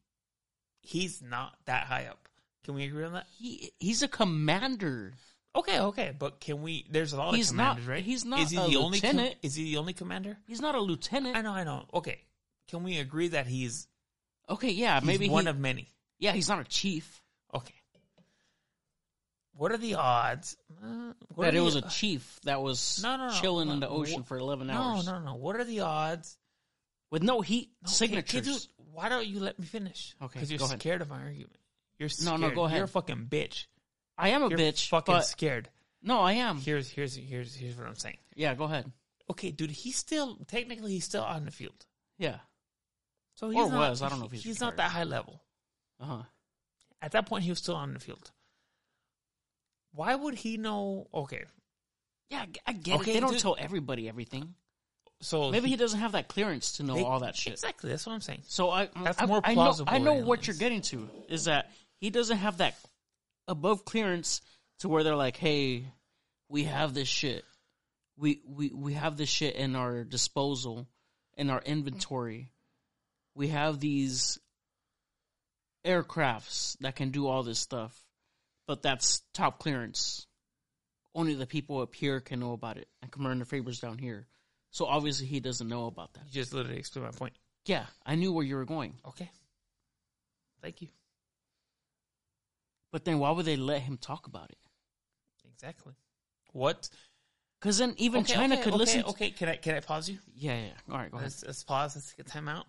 Speaker 1: he's not that high up. Can we agree on that?
Speaker 2: He he's a commander.
Speaker 1: Okay, okay, but can we? There's a lot
Speaker 2: He's
Speaker 1: of
Speaker 2: not-
Speaker 1: commanders, right?
Speaker 2: he's not
Speaker 1: Is he
Speaker 2: a
Speaker 1: the only? com-
Speaker 2: lieutenant.
Speaker 1: is he the only commander?
Speaker 2: He's not a lieutenant.
Speaker 1: I know, I know. Okay, can we agree that he's,
Speaker 2: Okay, yeah,
Speaker 1: he's
Speaker 2: maybe
Speaker 1: one
Speaker 2: he,
Speaker 1: of many?
Speaker 2: yeah, he's not a chief.
Speaker 1: Okay. What are the odds? Uh, what
Speaker 2: That
Speaker 1: are
Speaker 2: it
Speaker 1: the-
Speaker 2: was a chief that was
Speaker 1: No, no, no.
Speaker 2: chilling in the
Speaker 1: Wh-
Speaker 2: ocean for eleven
Speaker 1: No,
Speaker 2: hours
Speaker 1: no, no. What are the odds?
Speaker 2: with no heat
Speaker 1: No, okay,
Speaker 2: signatures.
Speaker 1: dude, why don't you let me finish?
Speaker 2: Okay,
Speaker 1: because you're
Speaker 2: go ahead.
Speaker 1: scared of my argument. You're
Speaker 2: No,
Speaker 1: scared.
Speaker 2: no, go ahead.
Speaker 1: You're a fucking bitch.
Speaker 2: I am a
Speaker 1: You're
Speaker 2: bitch,
Speaker 1: Fucking
Speaker 2: but
Speaker 1: scared.
Speaker 2: no, I am.
Speaker 1: Here's here's here's here's what I'm saying.
Speaker 2: yeah, go ahead.
Speaker 1: Okay, dude, he's still technically he's still on the field.
Speaker 2: Yeah,
Speaker 1: So
Speaker 2: Or
Speaker 1: he's not,
Speaker 2: was. I don't know if he's
Speaker 1: he's not
Speaker 2: retired.
Speaker 1: that high level.
Speaker 2: uh huh.
Speaker 1: At that point, he was still on the field. Why would he know? Okay,
Speaker 2: Yeah, I g- I get
Speaker 1: Okay,
Speaker 2: it. They don't
Speaker 1: dude.
Speaker 2: tell everybody everything.
Speaker 1: so
Speaker 2: Maybe he doesn't have that clearance to know
Speaker 1: they-
Speaker 2: all that shit.
Speaker 1: Exactly, that's what I'm saying.
Speaker 2: So I,
Speaker 1: That's
Speaker 2: I,
Speaker 1: more
Speaker 2: I know,
Speaker 1: plausible
Speaker 2: I know
Speaker 1: than
Speaker 2: what
Speaker 1: this.
Speaker 2: you're getting to is that he doesn't have that above clearance to where they're like, "Hey, we have this shit. We we we have this shit in our disposal, in our inventory. We have these aircrafts that can do all this stuff, but that's top clearance. Only the people up here can know about it, and Commander Faber's down here." So obviously he doesn't know about that.
Speaker 1: You just literally explained my point.
Speaker 2: Yeah, I knew where you were going.
Speaker 1: Okay, thank you.
Speaker 2: But then why would they let him talk about it?
Speaker 1: Exactly. What?
Speaker 2: Because then even
Speaker 1: Okay,
Speaker 2: China
Speaker 1: okay,
Speaker 2: could
Speaker 1: okay,
Speaker 2: listen.
Speaker 1: Okay, can I can I pause you?
Speaker 2: To, yeah, yeah, yeah. All right, go ahead.
Speaker 1: Let's, let's pause. Let's take a time out.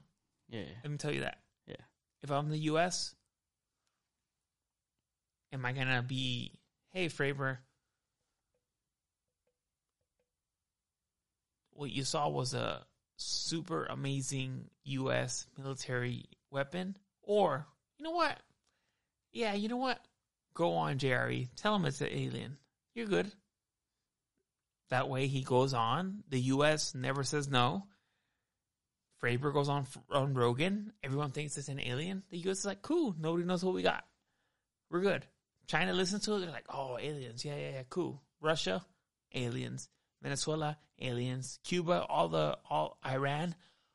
Speaker 2: Yeah, yeah,
Speaker 1: Let me tell you that.
Speaker 2: yeah.
Speaker 1: If I'm the U.S., am I gonna be? Hey, Fravor. What you saw was a super amazing U.S. military weapon, or you know what? Yeah, you know what? Go on, Jerry. Tell him it's an alien. You're good. That way he goes on. The U.S. never says no. Fravor goes on on Rogan. Everyone thinks it's an alien. The U.S. is like, cool. Nobody knows what we got. We're good. China listens to it. They're like, oh, aliens. Yeah, yeah, yeah. Cool. Russia, aliens. Venezuela, aliens. Cuba, all the all Iran,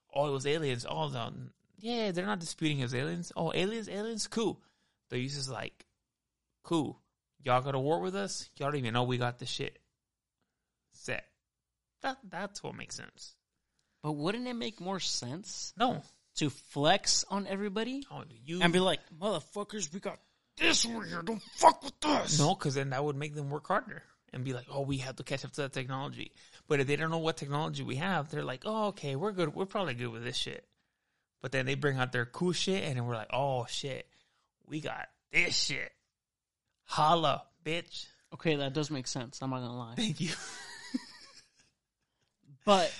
Speaker 1: all those aliens. All the yeah, they're not disputing as aliens. Oh, aliens, aliens, cool. They're used as like, cool. Y'all go to war with us. Y'all don't even know we got this shit set. That that's what makes sense.
Speaker 2: But wouldn't it make more sense
Speaker 1: No,
Speaker 2: to flex on everybody
Speaker 1: oh, you
Speaker 2: and be like, motherfuckers, we got this over here. Don't fuck with us.
Speaker 1: no, because then that would make them work harder and be like, oh, we have to catch up to that technology. But if they don't know what technology we have, they're like, oh, okay, we're good. We're probably good with this shit. But then they bring out their cool shit, and then we're like, oh shit, we got this shit. Holla, bitch. [laughs]
Speaker 2: Okay, that does make sense. I'm not gonna lie.
Speaker 1: Thank you.
Speaker 2: But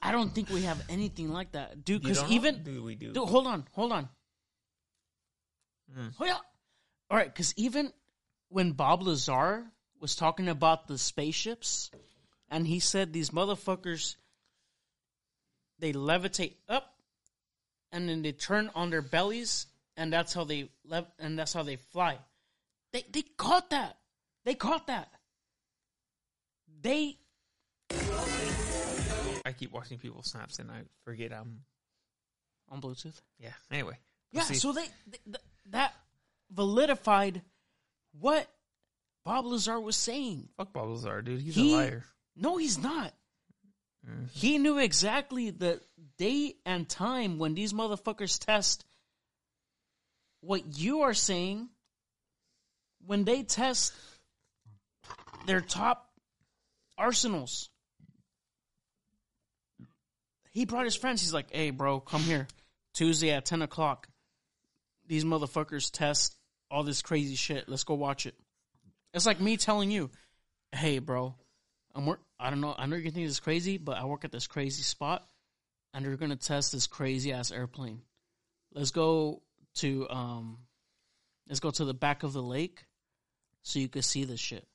Speaker 2: I don't think we have anything like that, dude. Because even
Speaker 1: do we do?
Speaker 2: dude, hold on, hold on. Hold on. All right, because even when Bob Lazar was talking about the spaceships, and he said these motherfuckers, they levitate up, and then they turn on their bellies, and that's how they lev- and that's how they fly. They they caught that. They caught that. They
Speaker 1: I keep watching people snaps, and I forget I'm.
Speaker 2: on Bluetooth.
Speaker 1: Yeah. Anyway.
Speaker 2: Yeah,
Speaker 1: proceed.
Speaker 2: so they th- th- that validified what Bob Lazar was saying.
Speaker 1: fuck Bob Lazar, dude. He's
Speaker 2: He-
Speaker 1: a liar.
Speaker 2: No, he's not. He knew exactly the day and time when these motherfuckers test what you are saying when they test their top arsenals. He brought his friends. He's like, hey, bro, come here. Tuesday at 10 o'clock, these motherfuckers test all this crazy shit. Let's go watch it. It's like me telling you, hey, bro, I'm work. I don't know. I know you think this is crazy, but I work at this crazy spot, and they're gonna test this crazy ass airplane. Let's go to um, let's go to the back of the lake, so you can see this shit.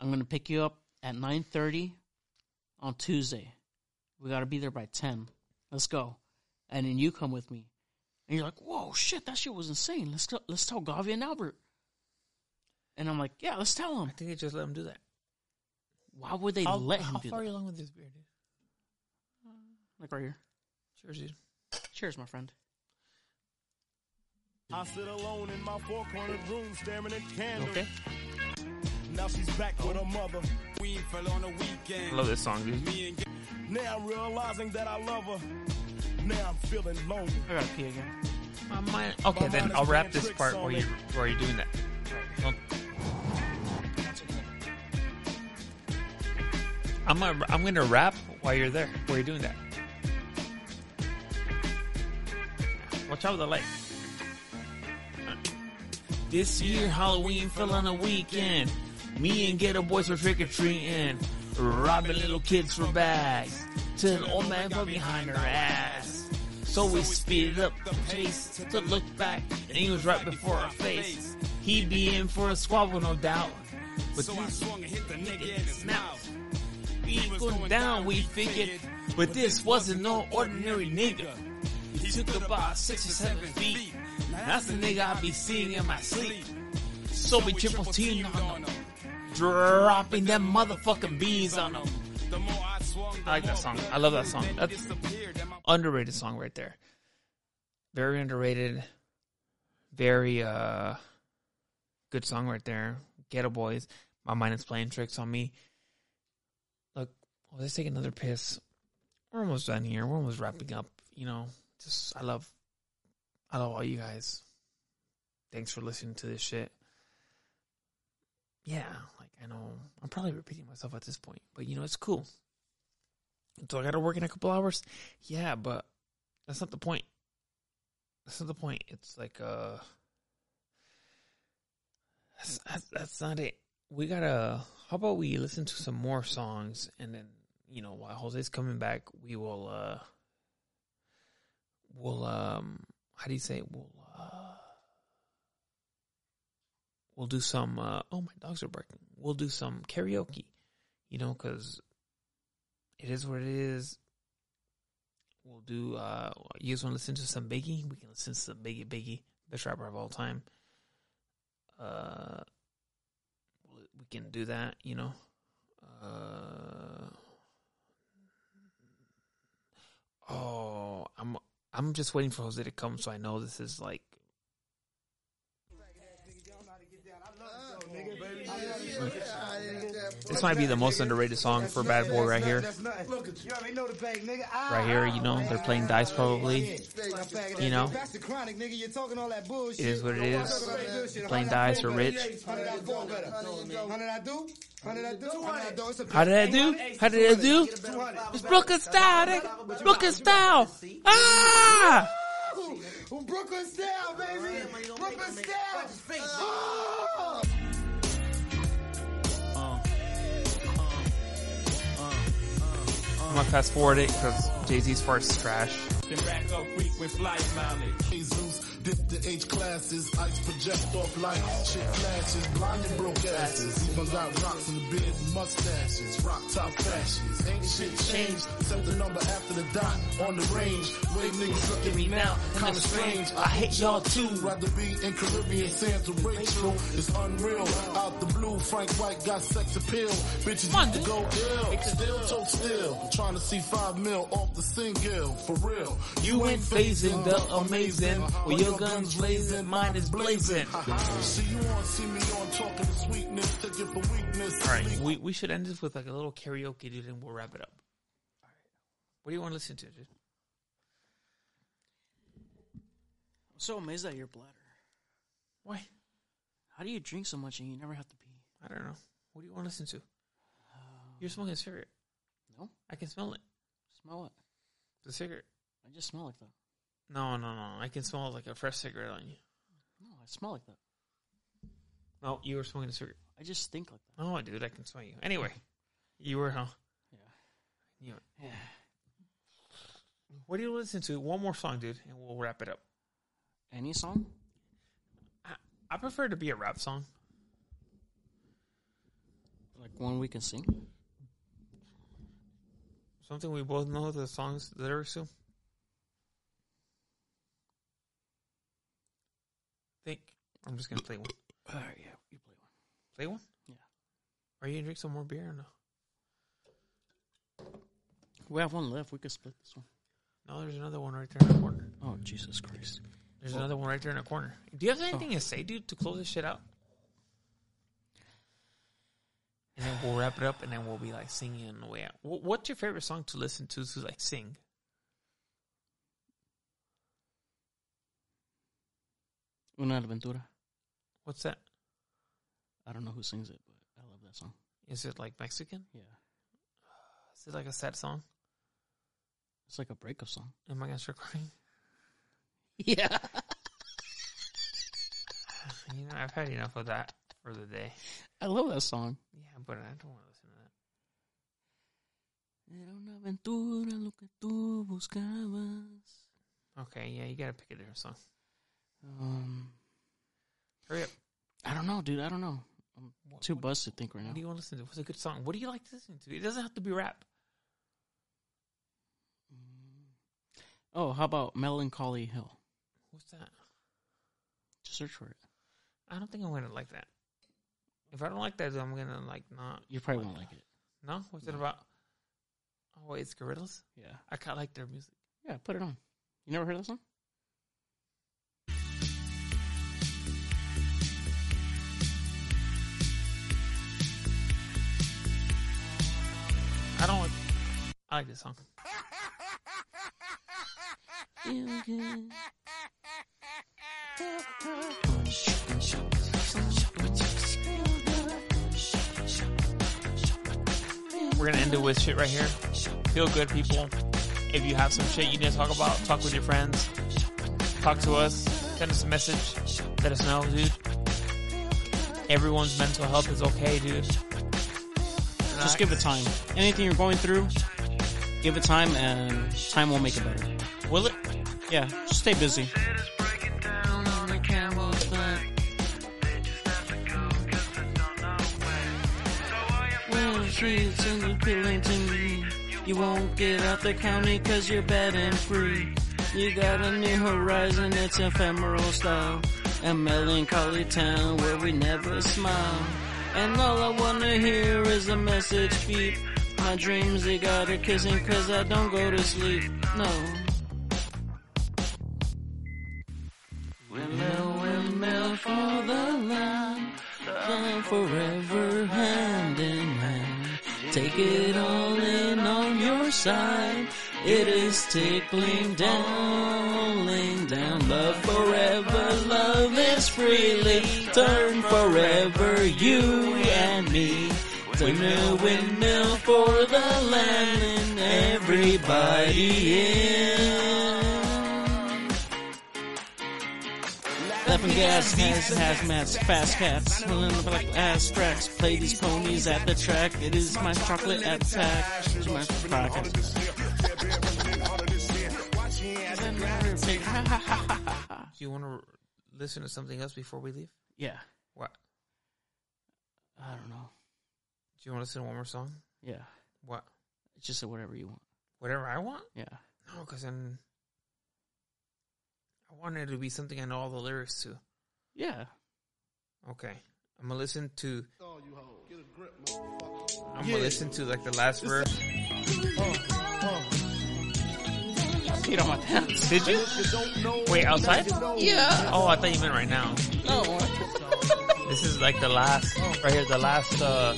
Speaker 2: I'm gonna pick you up at nine thirty on Tuesday. We gotta be there by ten. Let's go, and then you come with me. And you're like, whoa, shit, that shit was insane. Let's go, let's tell Gavi and Albert. And I'm like, yeah, let's tell them.
Speaker 1: I think they just let him do that.
Speaker 2: Why would they
Speaker 1: How,
Speaker 2: let him
Speaker 1: how
Speaker 2: do
Speaker 1: far are
Speaker 2: that?
Speaker 1: you along with this beer, dude?
Speaker 2: Like right here.
Speaker 1: Cheers, dude.
Speaker 2: Cheers, my friend.
Speaker 5: I sit alone in my four-cornered room staring at candles.
Speaker 1: Okay.
Speaker 5: Now she's back with her mother. We fell on a
Speaker 1: I
Speaker 5: weekend.
Speaker 1: love this song, dude.
Speaker 5: Me and now I'm realizing that I love her. Now I'm feeling lonely.
Speaker 2: I gotta pee again.
Speaker 1: My mind. Okay, then I'll wrap this part where you where you're doing that. Don't- I'm gonna, I'm gonna rap while you're there, while you're doing that. Watch out with the light. This year Halloween fell on a weekend. Me and ghetto boys were trick or treating, robbing little kids for bags. Till an old man got behind her ass. So we speeded up the pace to look back, and he was right before our face. He'd be in for a squabble, no doubt. But
Speaker 5: So I
Speaker 1: this
Speaker 5: swung and hit the nigga in his mouth.
Speaker 1: beat going down, we figured. But this wasn't no ordinary nigga. He took about six or seven feet. Now that's the nigga I be seeing in my sleep. So we triple teamed on him, dropping them motherfucking bees on him.
Speaker 5: The more I swung, the
Speaker 1: I like that
Speaker 5: more
Speaker 1: song.
Speaker 5: blood
Speaker 1: I love that
Speaker 5: flew,
Speaker 1: song.
Speaker 5: then he
Speaker 1: That's-
Speaker 5: disappeared, and my
Speaker 1: underrated song right there. Very underrated. Very uh good song right there. Ghetto Boys. My mind is playing tricks on me. Look, well, let's take another piss. We're almost done here. We're almost wrapping up. You know, just I love, I love all you guys. Thanks for listening to this shit. Yeah, like I know I'm probably repeating myself at this point, but you know it's cool. Do I got to work in a couple hours? Yeah, but that's not the point. That's not the point. It's like uh, that's that's, that's not it. We gotta. How about we listen to some more songs, and then you know while Jose's coming back, we will uh, we'll um, how do you say it? we'll uh, we'll do some. Uh, oh, my dogs are barking. We'll do some karaoke, you know, because it is what it is. We'll do. Uh, you guys want to listen to some Biggie? We can listen to some Biggie, Biggie, best rapper of all time. Uh, we can do that. You know. Uh, oh, I'm. I'm just waiting for Jose to come so I know this is like This might be the most underrated song for Bad Boy right here.
Speaker 4: Look at you. You already know the bag, nigga. Ah,
Speaker 1: Right here, you know, they're playing dice probably. You know,
Speaker 4: That's the chronic, nigga. You're talking all that
Speaker 1: it
Speaker 4: bullshit.
Speaker 1: is what it is. Playing dice or rich.
Speaker 4: How did I do better? How did I do? How did I do? How did I do? It's a
Speaker 1: How did I do? How did I do? It's Brooklyn style, nigga. It's Brooklyn style. Ah!
Speaker 4: Ooh, Brooklyn style, baby. Brooklyn style. Oh!
Speaker 1: I'm gonna fast forward it because Jay Z's part is trash.
Speaker 7: Jesus, dip the H classes, ice project off like shit flashes, blind and broke asses. Even got rocks in the beard, mustaches, rock top fashions. Ain't shit changed, except the number after the dot on the range. Way niggas look at me now, kinda strange. I hate y'all too. Rather be in Caribbean Santa Rachel, it's unreal. Out the blue, Frank White got sex appeal. Bitches
Speaker 2: Come on,
Speaker 7: used to
Speaker 2: dude.
Speaker 7: go ill, still toe still. Trying to see five mil off the single, for real.
Speaker 2: You ain't phasing the amazing. Well, your gun's blazing, mine is blazing.
Speaker 7: See you on, see me on, talking to sweetness, taking for weakness.
Speaker 1: Alright, we, we should end this with like a little karaoke, dude, and we'll wrap it up. What do you want to listen to, dude?
Speaker 2: I'm so amazed at your bladder.
Speaker 1: Why?
Speaker 2: How do you drink so much and you never have to pee?
Speaker 1: I don't know. What do you want to listen to? You're smoking a cigarette.
Speaker 2: No,
Speaker 1: I can smell it.
Speaker 2: smell it.
Speaker 1: The cigarette.
Speaker 2: I just smell like that.
Speaker 1: No, no, no. I can smell like a fresh cigarette on you.
Speaker 2: No, I smell like that.
Speaker 1: No, you were smoking a cigarette.
Speaker 2: I just think like that.
Speaker 1: No, Oh, dude, I can smell you. Anyway, you were, huh? Yeah.
Speaker 2: Yeah.
Speaker 1: What do you wanna listen to? One more song, dude, and we'll wrap it up.
Speaker 2: Any song?
Speaker 1: I, I prefer it to be a rap song.
Speaker 2: Like one we can sing?
Speaker 1: Something we both know the songs, the lyrics to. Think. I'm just going to play one.
Speaker 2: All right, Uh, yeah, you play one.
Speaker 1: Play one?
Speaker 2: Yeah.
Speaker 1: Are you going to drink some more beer or no?
Speaker 2: We have one left. We could split this one.
Speaker 1: No, there's another one right there in the corner.
Speaker 2: Oh, Jesus Christ.
Speaker 1: There's another one right there in the corner. Do you have anything to say, dude, to close this shit out? And then we'll wrap it up, and then we'll be like singing on the way out. Wh- What's your favorite song to listen to to like sing?
Speaker 2: Una Aventura.
Speaker 1: What's that?
Speaker 2: I don't know who sings it, but I love that song.
Speaker 1: Is it like Mexican?
Speaker 2: Yeah.
Speaker 1: Is it like a sad song?
Speaker 2: It's like a breakup song.
Speaker 1: Am I gonna start crying?
Speaker 2: [laughs]
Speaker 1: [laughs]
Speaker 2: Yeah.
Speaker 1: You know, I've had enough of that for the day.
Speaker 2: I love that song.
Speaker 1: Yeah, but I don't want to listen to that.
Speaker 2: Era una aventura lo que tú buscabas.
Speaker 1: Okay, yeah, you gotta pick a different song.
Speaker 2: Um,
Speaker 1: Hurry up.
Speaker 2: I don't know, dude. I don't know. I'm too buzzed to think right
Speaker 1: What do
Speaker 2: now.
Speaker 1: you want to listen to? What's a good song? What do you like to listen to? It doesn't have to be rap.
Speaker 2: Oh, how about Melancholy Hill?
Speaker 1: What's that?
Speaker 2: Just search for it.
Speaker 1: I don't think I'm gonna like that. If I don't like that, then I'm gonna like not.
Speaker 2: You probably won't like it.
Speaker 1: No, what's it about? Oh wait, it's Gorillas.
Speaker 2: Yeah.
Speaker 1: I kind of like their music.
Speaker 2: Yeah, put it on. You never heard that song?
Speaker 1: I don't. Like, I like this song. We're gonna end it with shit right here. Feel good, people. If you have some shit you need to talk about, talk with your friends. Talk to us. Send us a message. Let us know, dude. Everyone's mental health is okay, dude.
Speaker 2: Just give it time. Anything you're going through, give it time, and time will make it better.
Speaker 1: Will it?
Speaker 2: Yeah, just stay busy. Well, the streets and the feeling to me. You won't get out the county cause you're bad and free. You got a new horizon, it's ephemeral style. A melancholy town where we never smile. And all I wanna hear is a message beep. My dreams, they got her kissing cause I don't go to sleep. No. Windmill, windmill for the land, land forever hand in hand. Take it all in on your side. It is tickling down, laying down. Love forever, love is freely. Turn forever, you and me. Windmill, windmill for the land and everybody in. Laughing gas, gas, hazmats, fast cats, filling up like ass tracks. Play these ponies at the track. It is my chocolate attack. It's my podcast.
Speaker 1: Do you want to listen to something else before we leave?
Speaker 2: Yeah,
Speaker 1: What?
Speaker 2: I don't know.
Speaker 1: Do you want to listen to one more song?
Speaker 2: Yeah,
Speaker 1: What?
Speaker 2: it's just whatever you want.
Speaker 1: Whatever I want?
Speaker 2: Yeah,
Speaker 1: No, because then I want it to be something I know all the lyrics to.
Speaker 2: yeah.
Speaker 1: Okay. I'm gonna listen to. I'm gonna listen to like the last verse.
Speaker 2: I peed on my pants. Did you?
Speaker 1: Wait, outside?
Speaker 2: Yeah.
Speaker 1: Oh, I thought you meant right now.
Speaker 2: No.
Speaker 1: This is like the last, right here, the last, uh,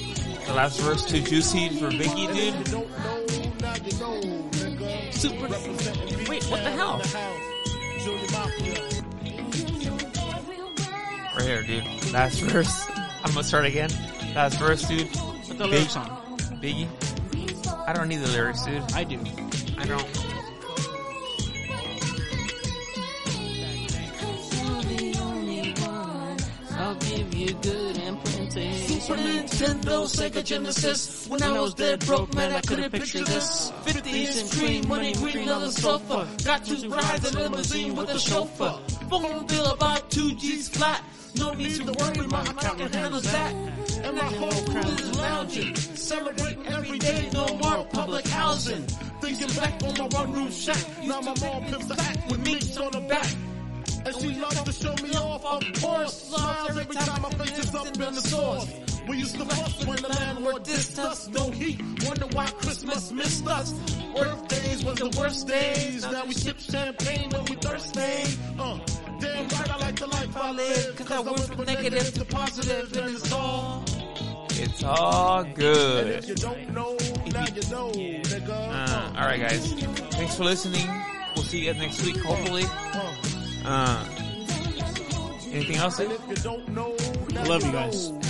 Speaker 1: the last verse to Juicy for Biggie, dude.
Speaker 2: Super. Wait, what the hell?
Speaker 1: Right here, dude. Last verse. I'm gonna start again. Last verse, dude.
Speaker 2: What the lyrics on?
Speaker 1: Biggie. I don't need the lyrics, dude.
Speaker 2: I do.
Speaker 1: I don't.
Speaker 2: I'll give you good and plenty. Super Nintendo, Sega Genesis. When I was dead broke, man, I couldn't picture this. 50s and cream, money green on the sofa. Got two rides in a limousine with a chauffeur. Phone bill about two G's flat. No need to worry, my account can handle that. And my whole crew is lounging. Celebrating every day, no more public housing. Thinking back on my one room shack. Now my mom pimps the act with meats on the back. And she loves to show me off, of course. Smiles every time my face is up in the sauce. We used to fuss when the landlord dissed us. No heat. Wonder why Christmas missed us. Birthdays was the worst days. Now we sip champagne when we thirsty. Uh, damn right I like the life I live. Cause I went from negative to positive and it's all.
Speaker 1: It's all good.
Speaker 7: You don't know, now you know, nigga.
Speaker 8: Ah.
Speaker 1: Uh, all right, guys. Thanks for listening. We'll see you guys next week, hopefully. Uh, anything else? Dave?
Speaker 7: If you don't know,
Speaker 8: Love you guys.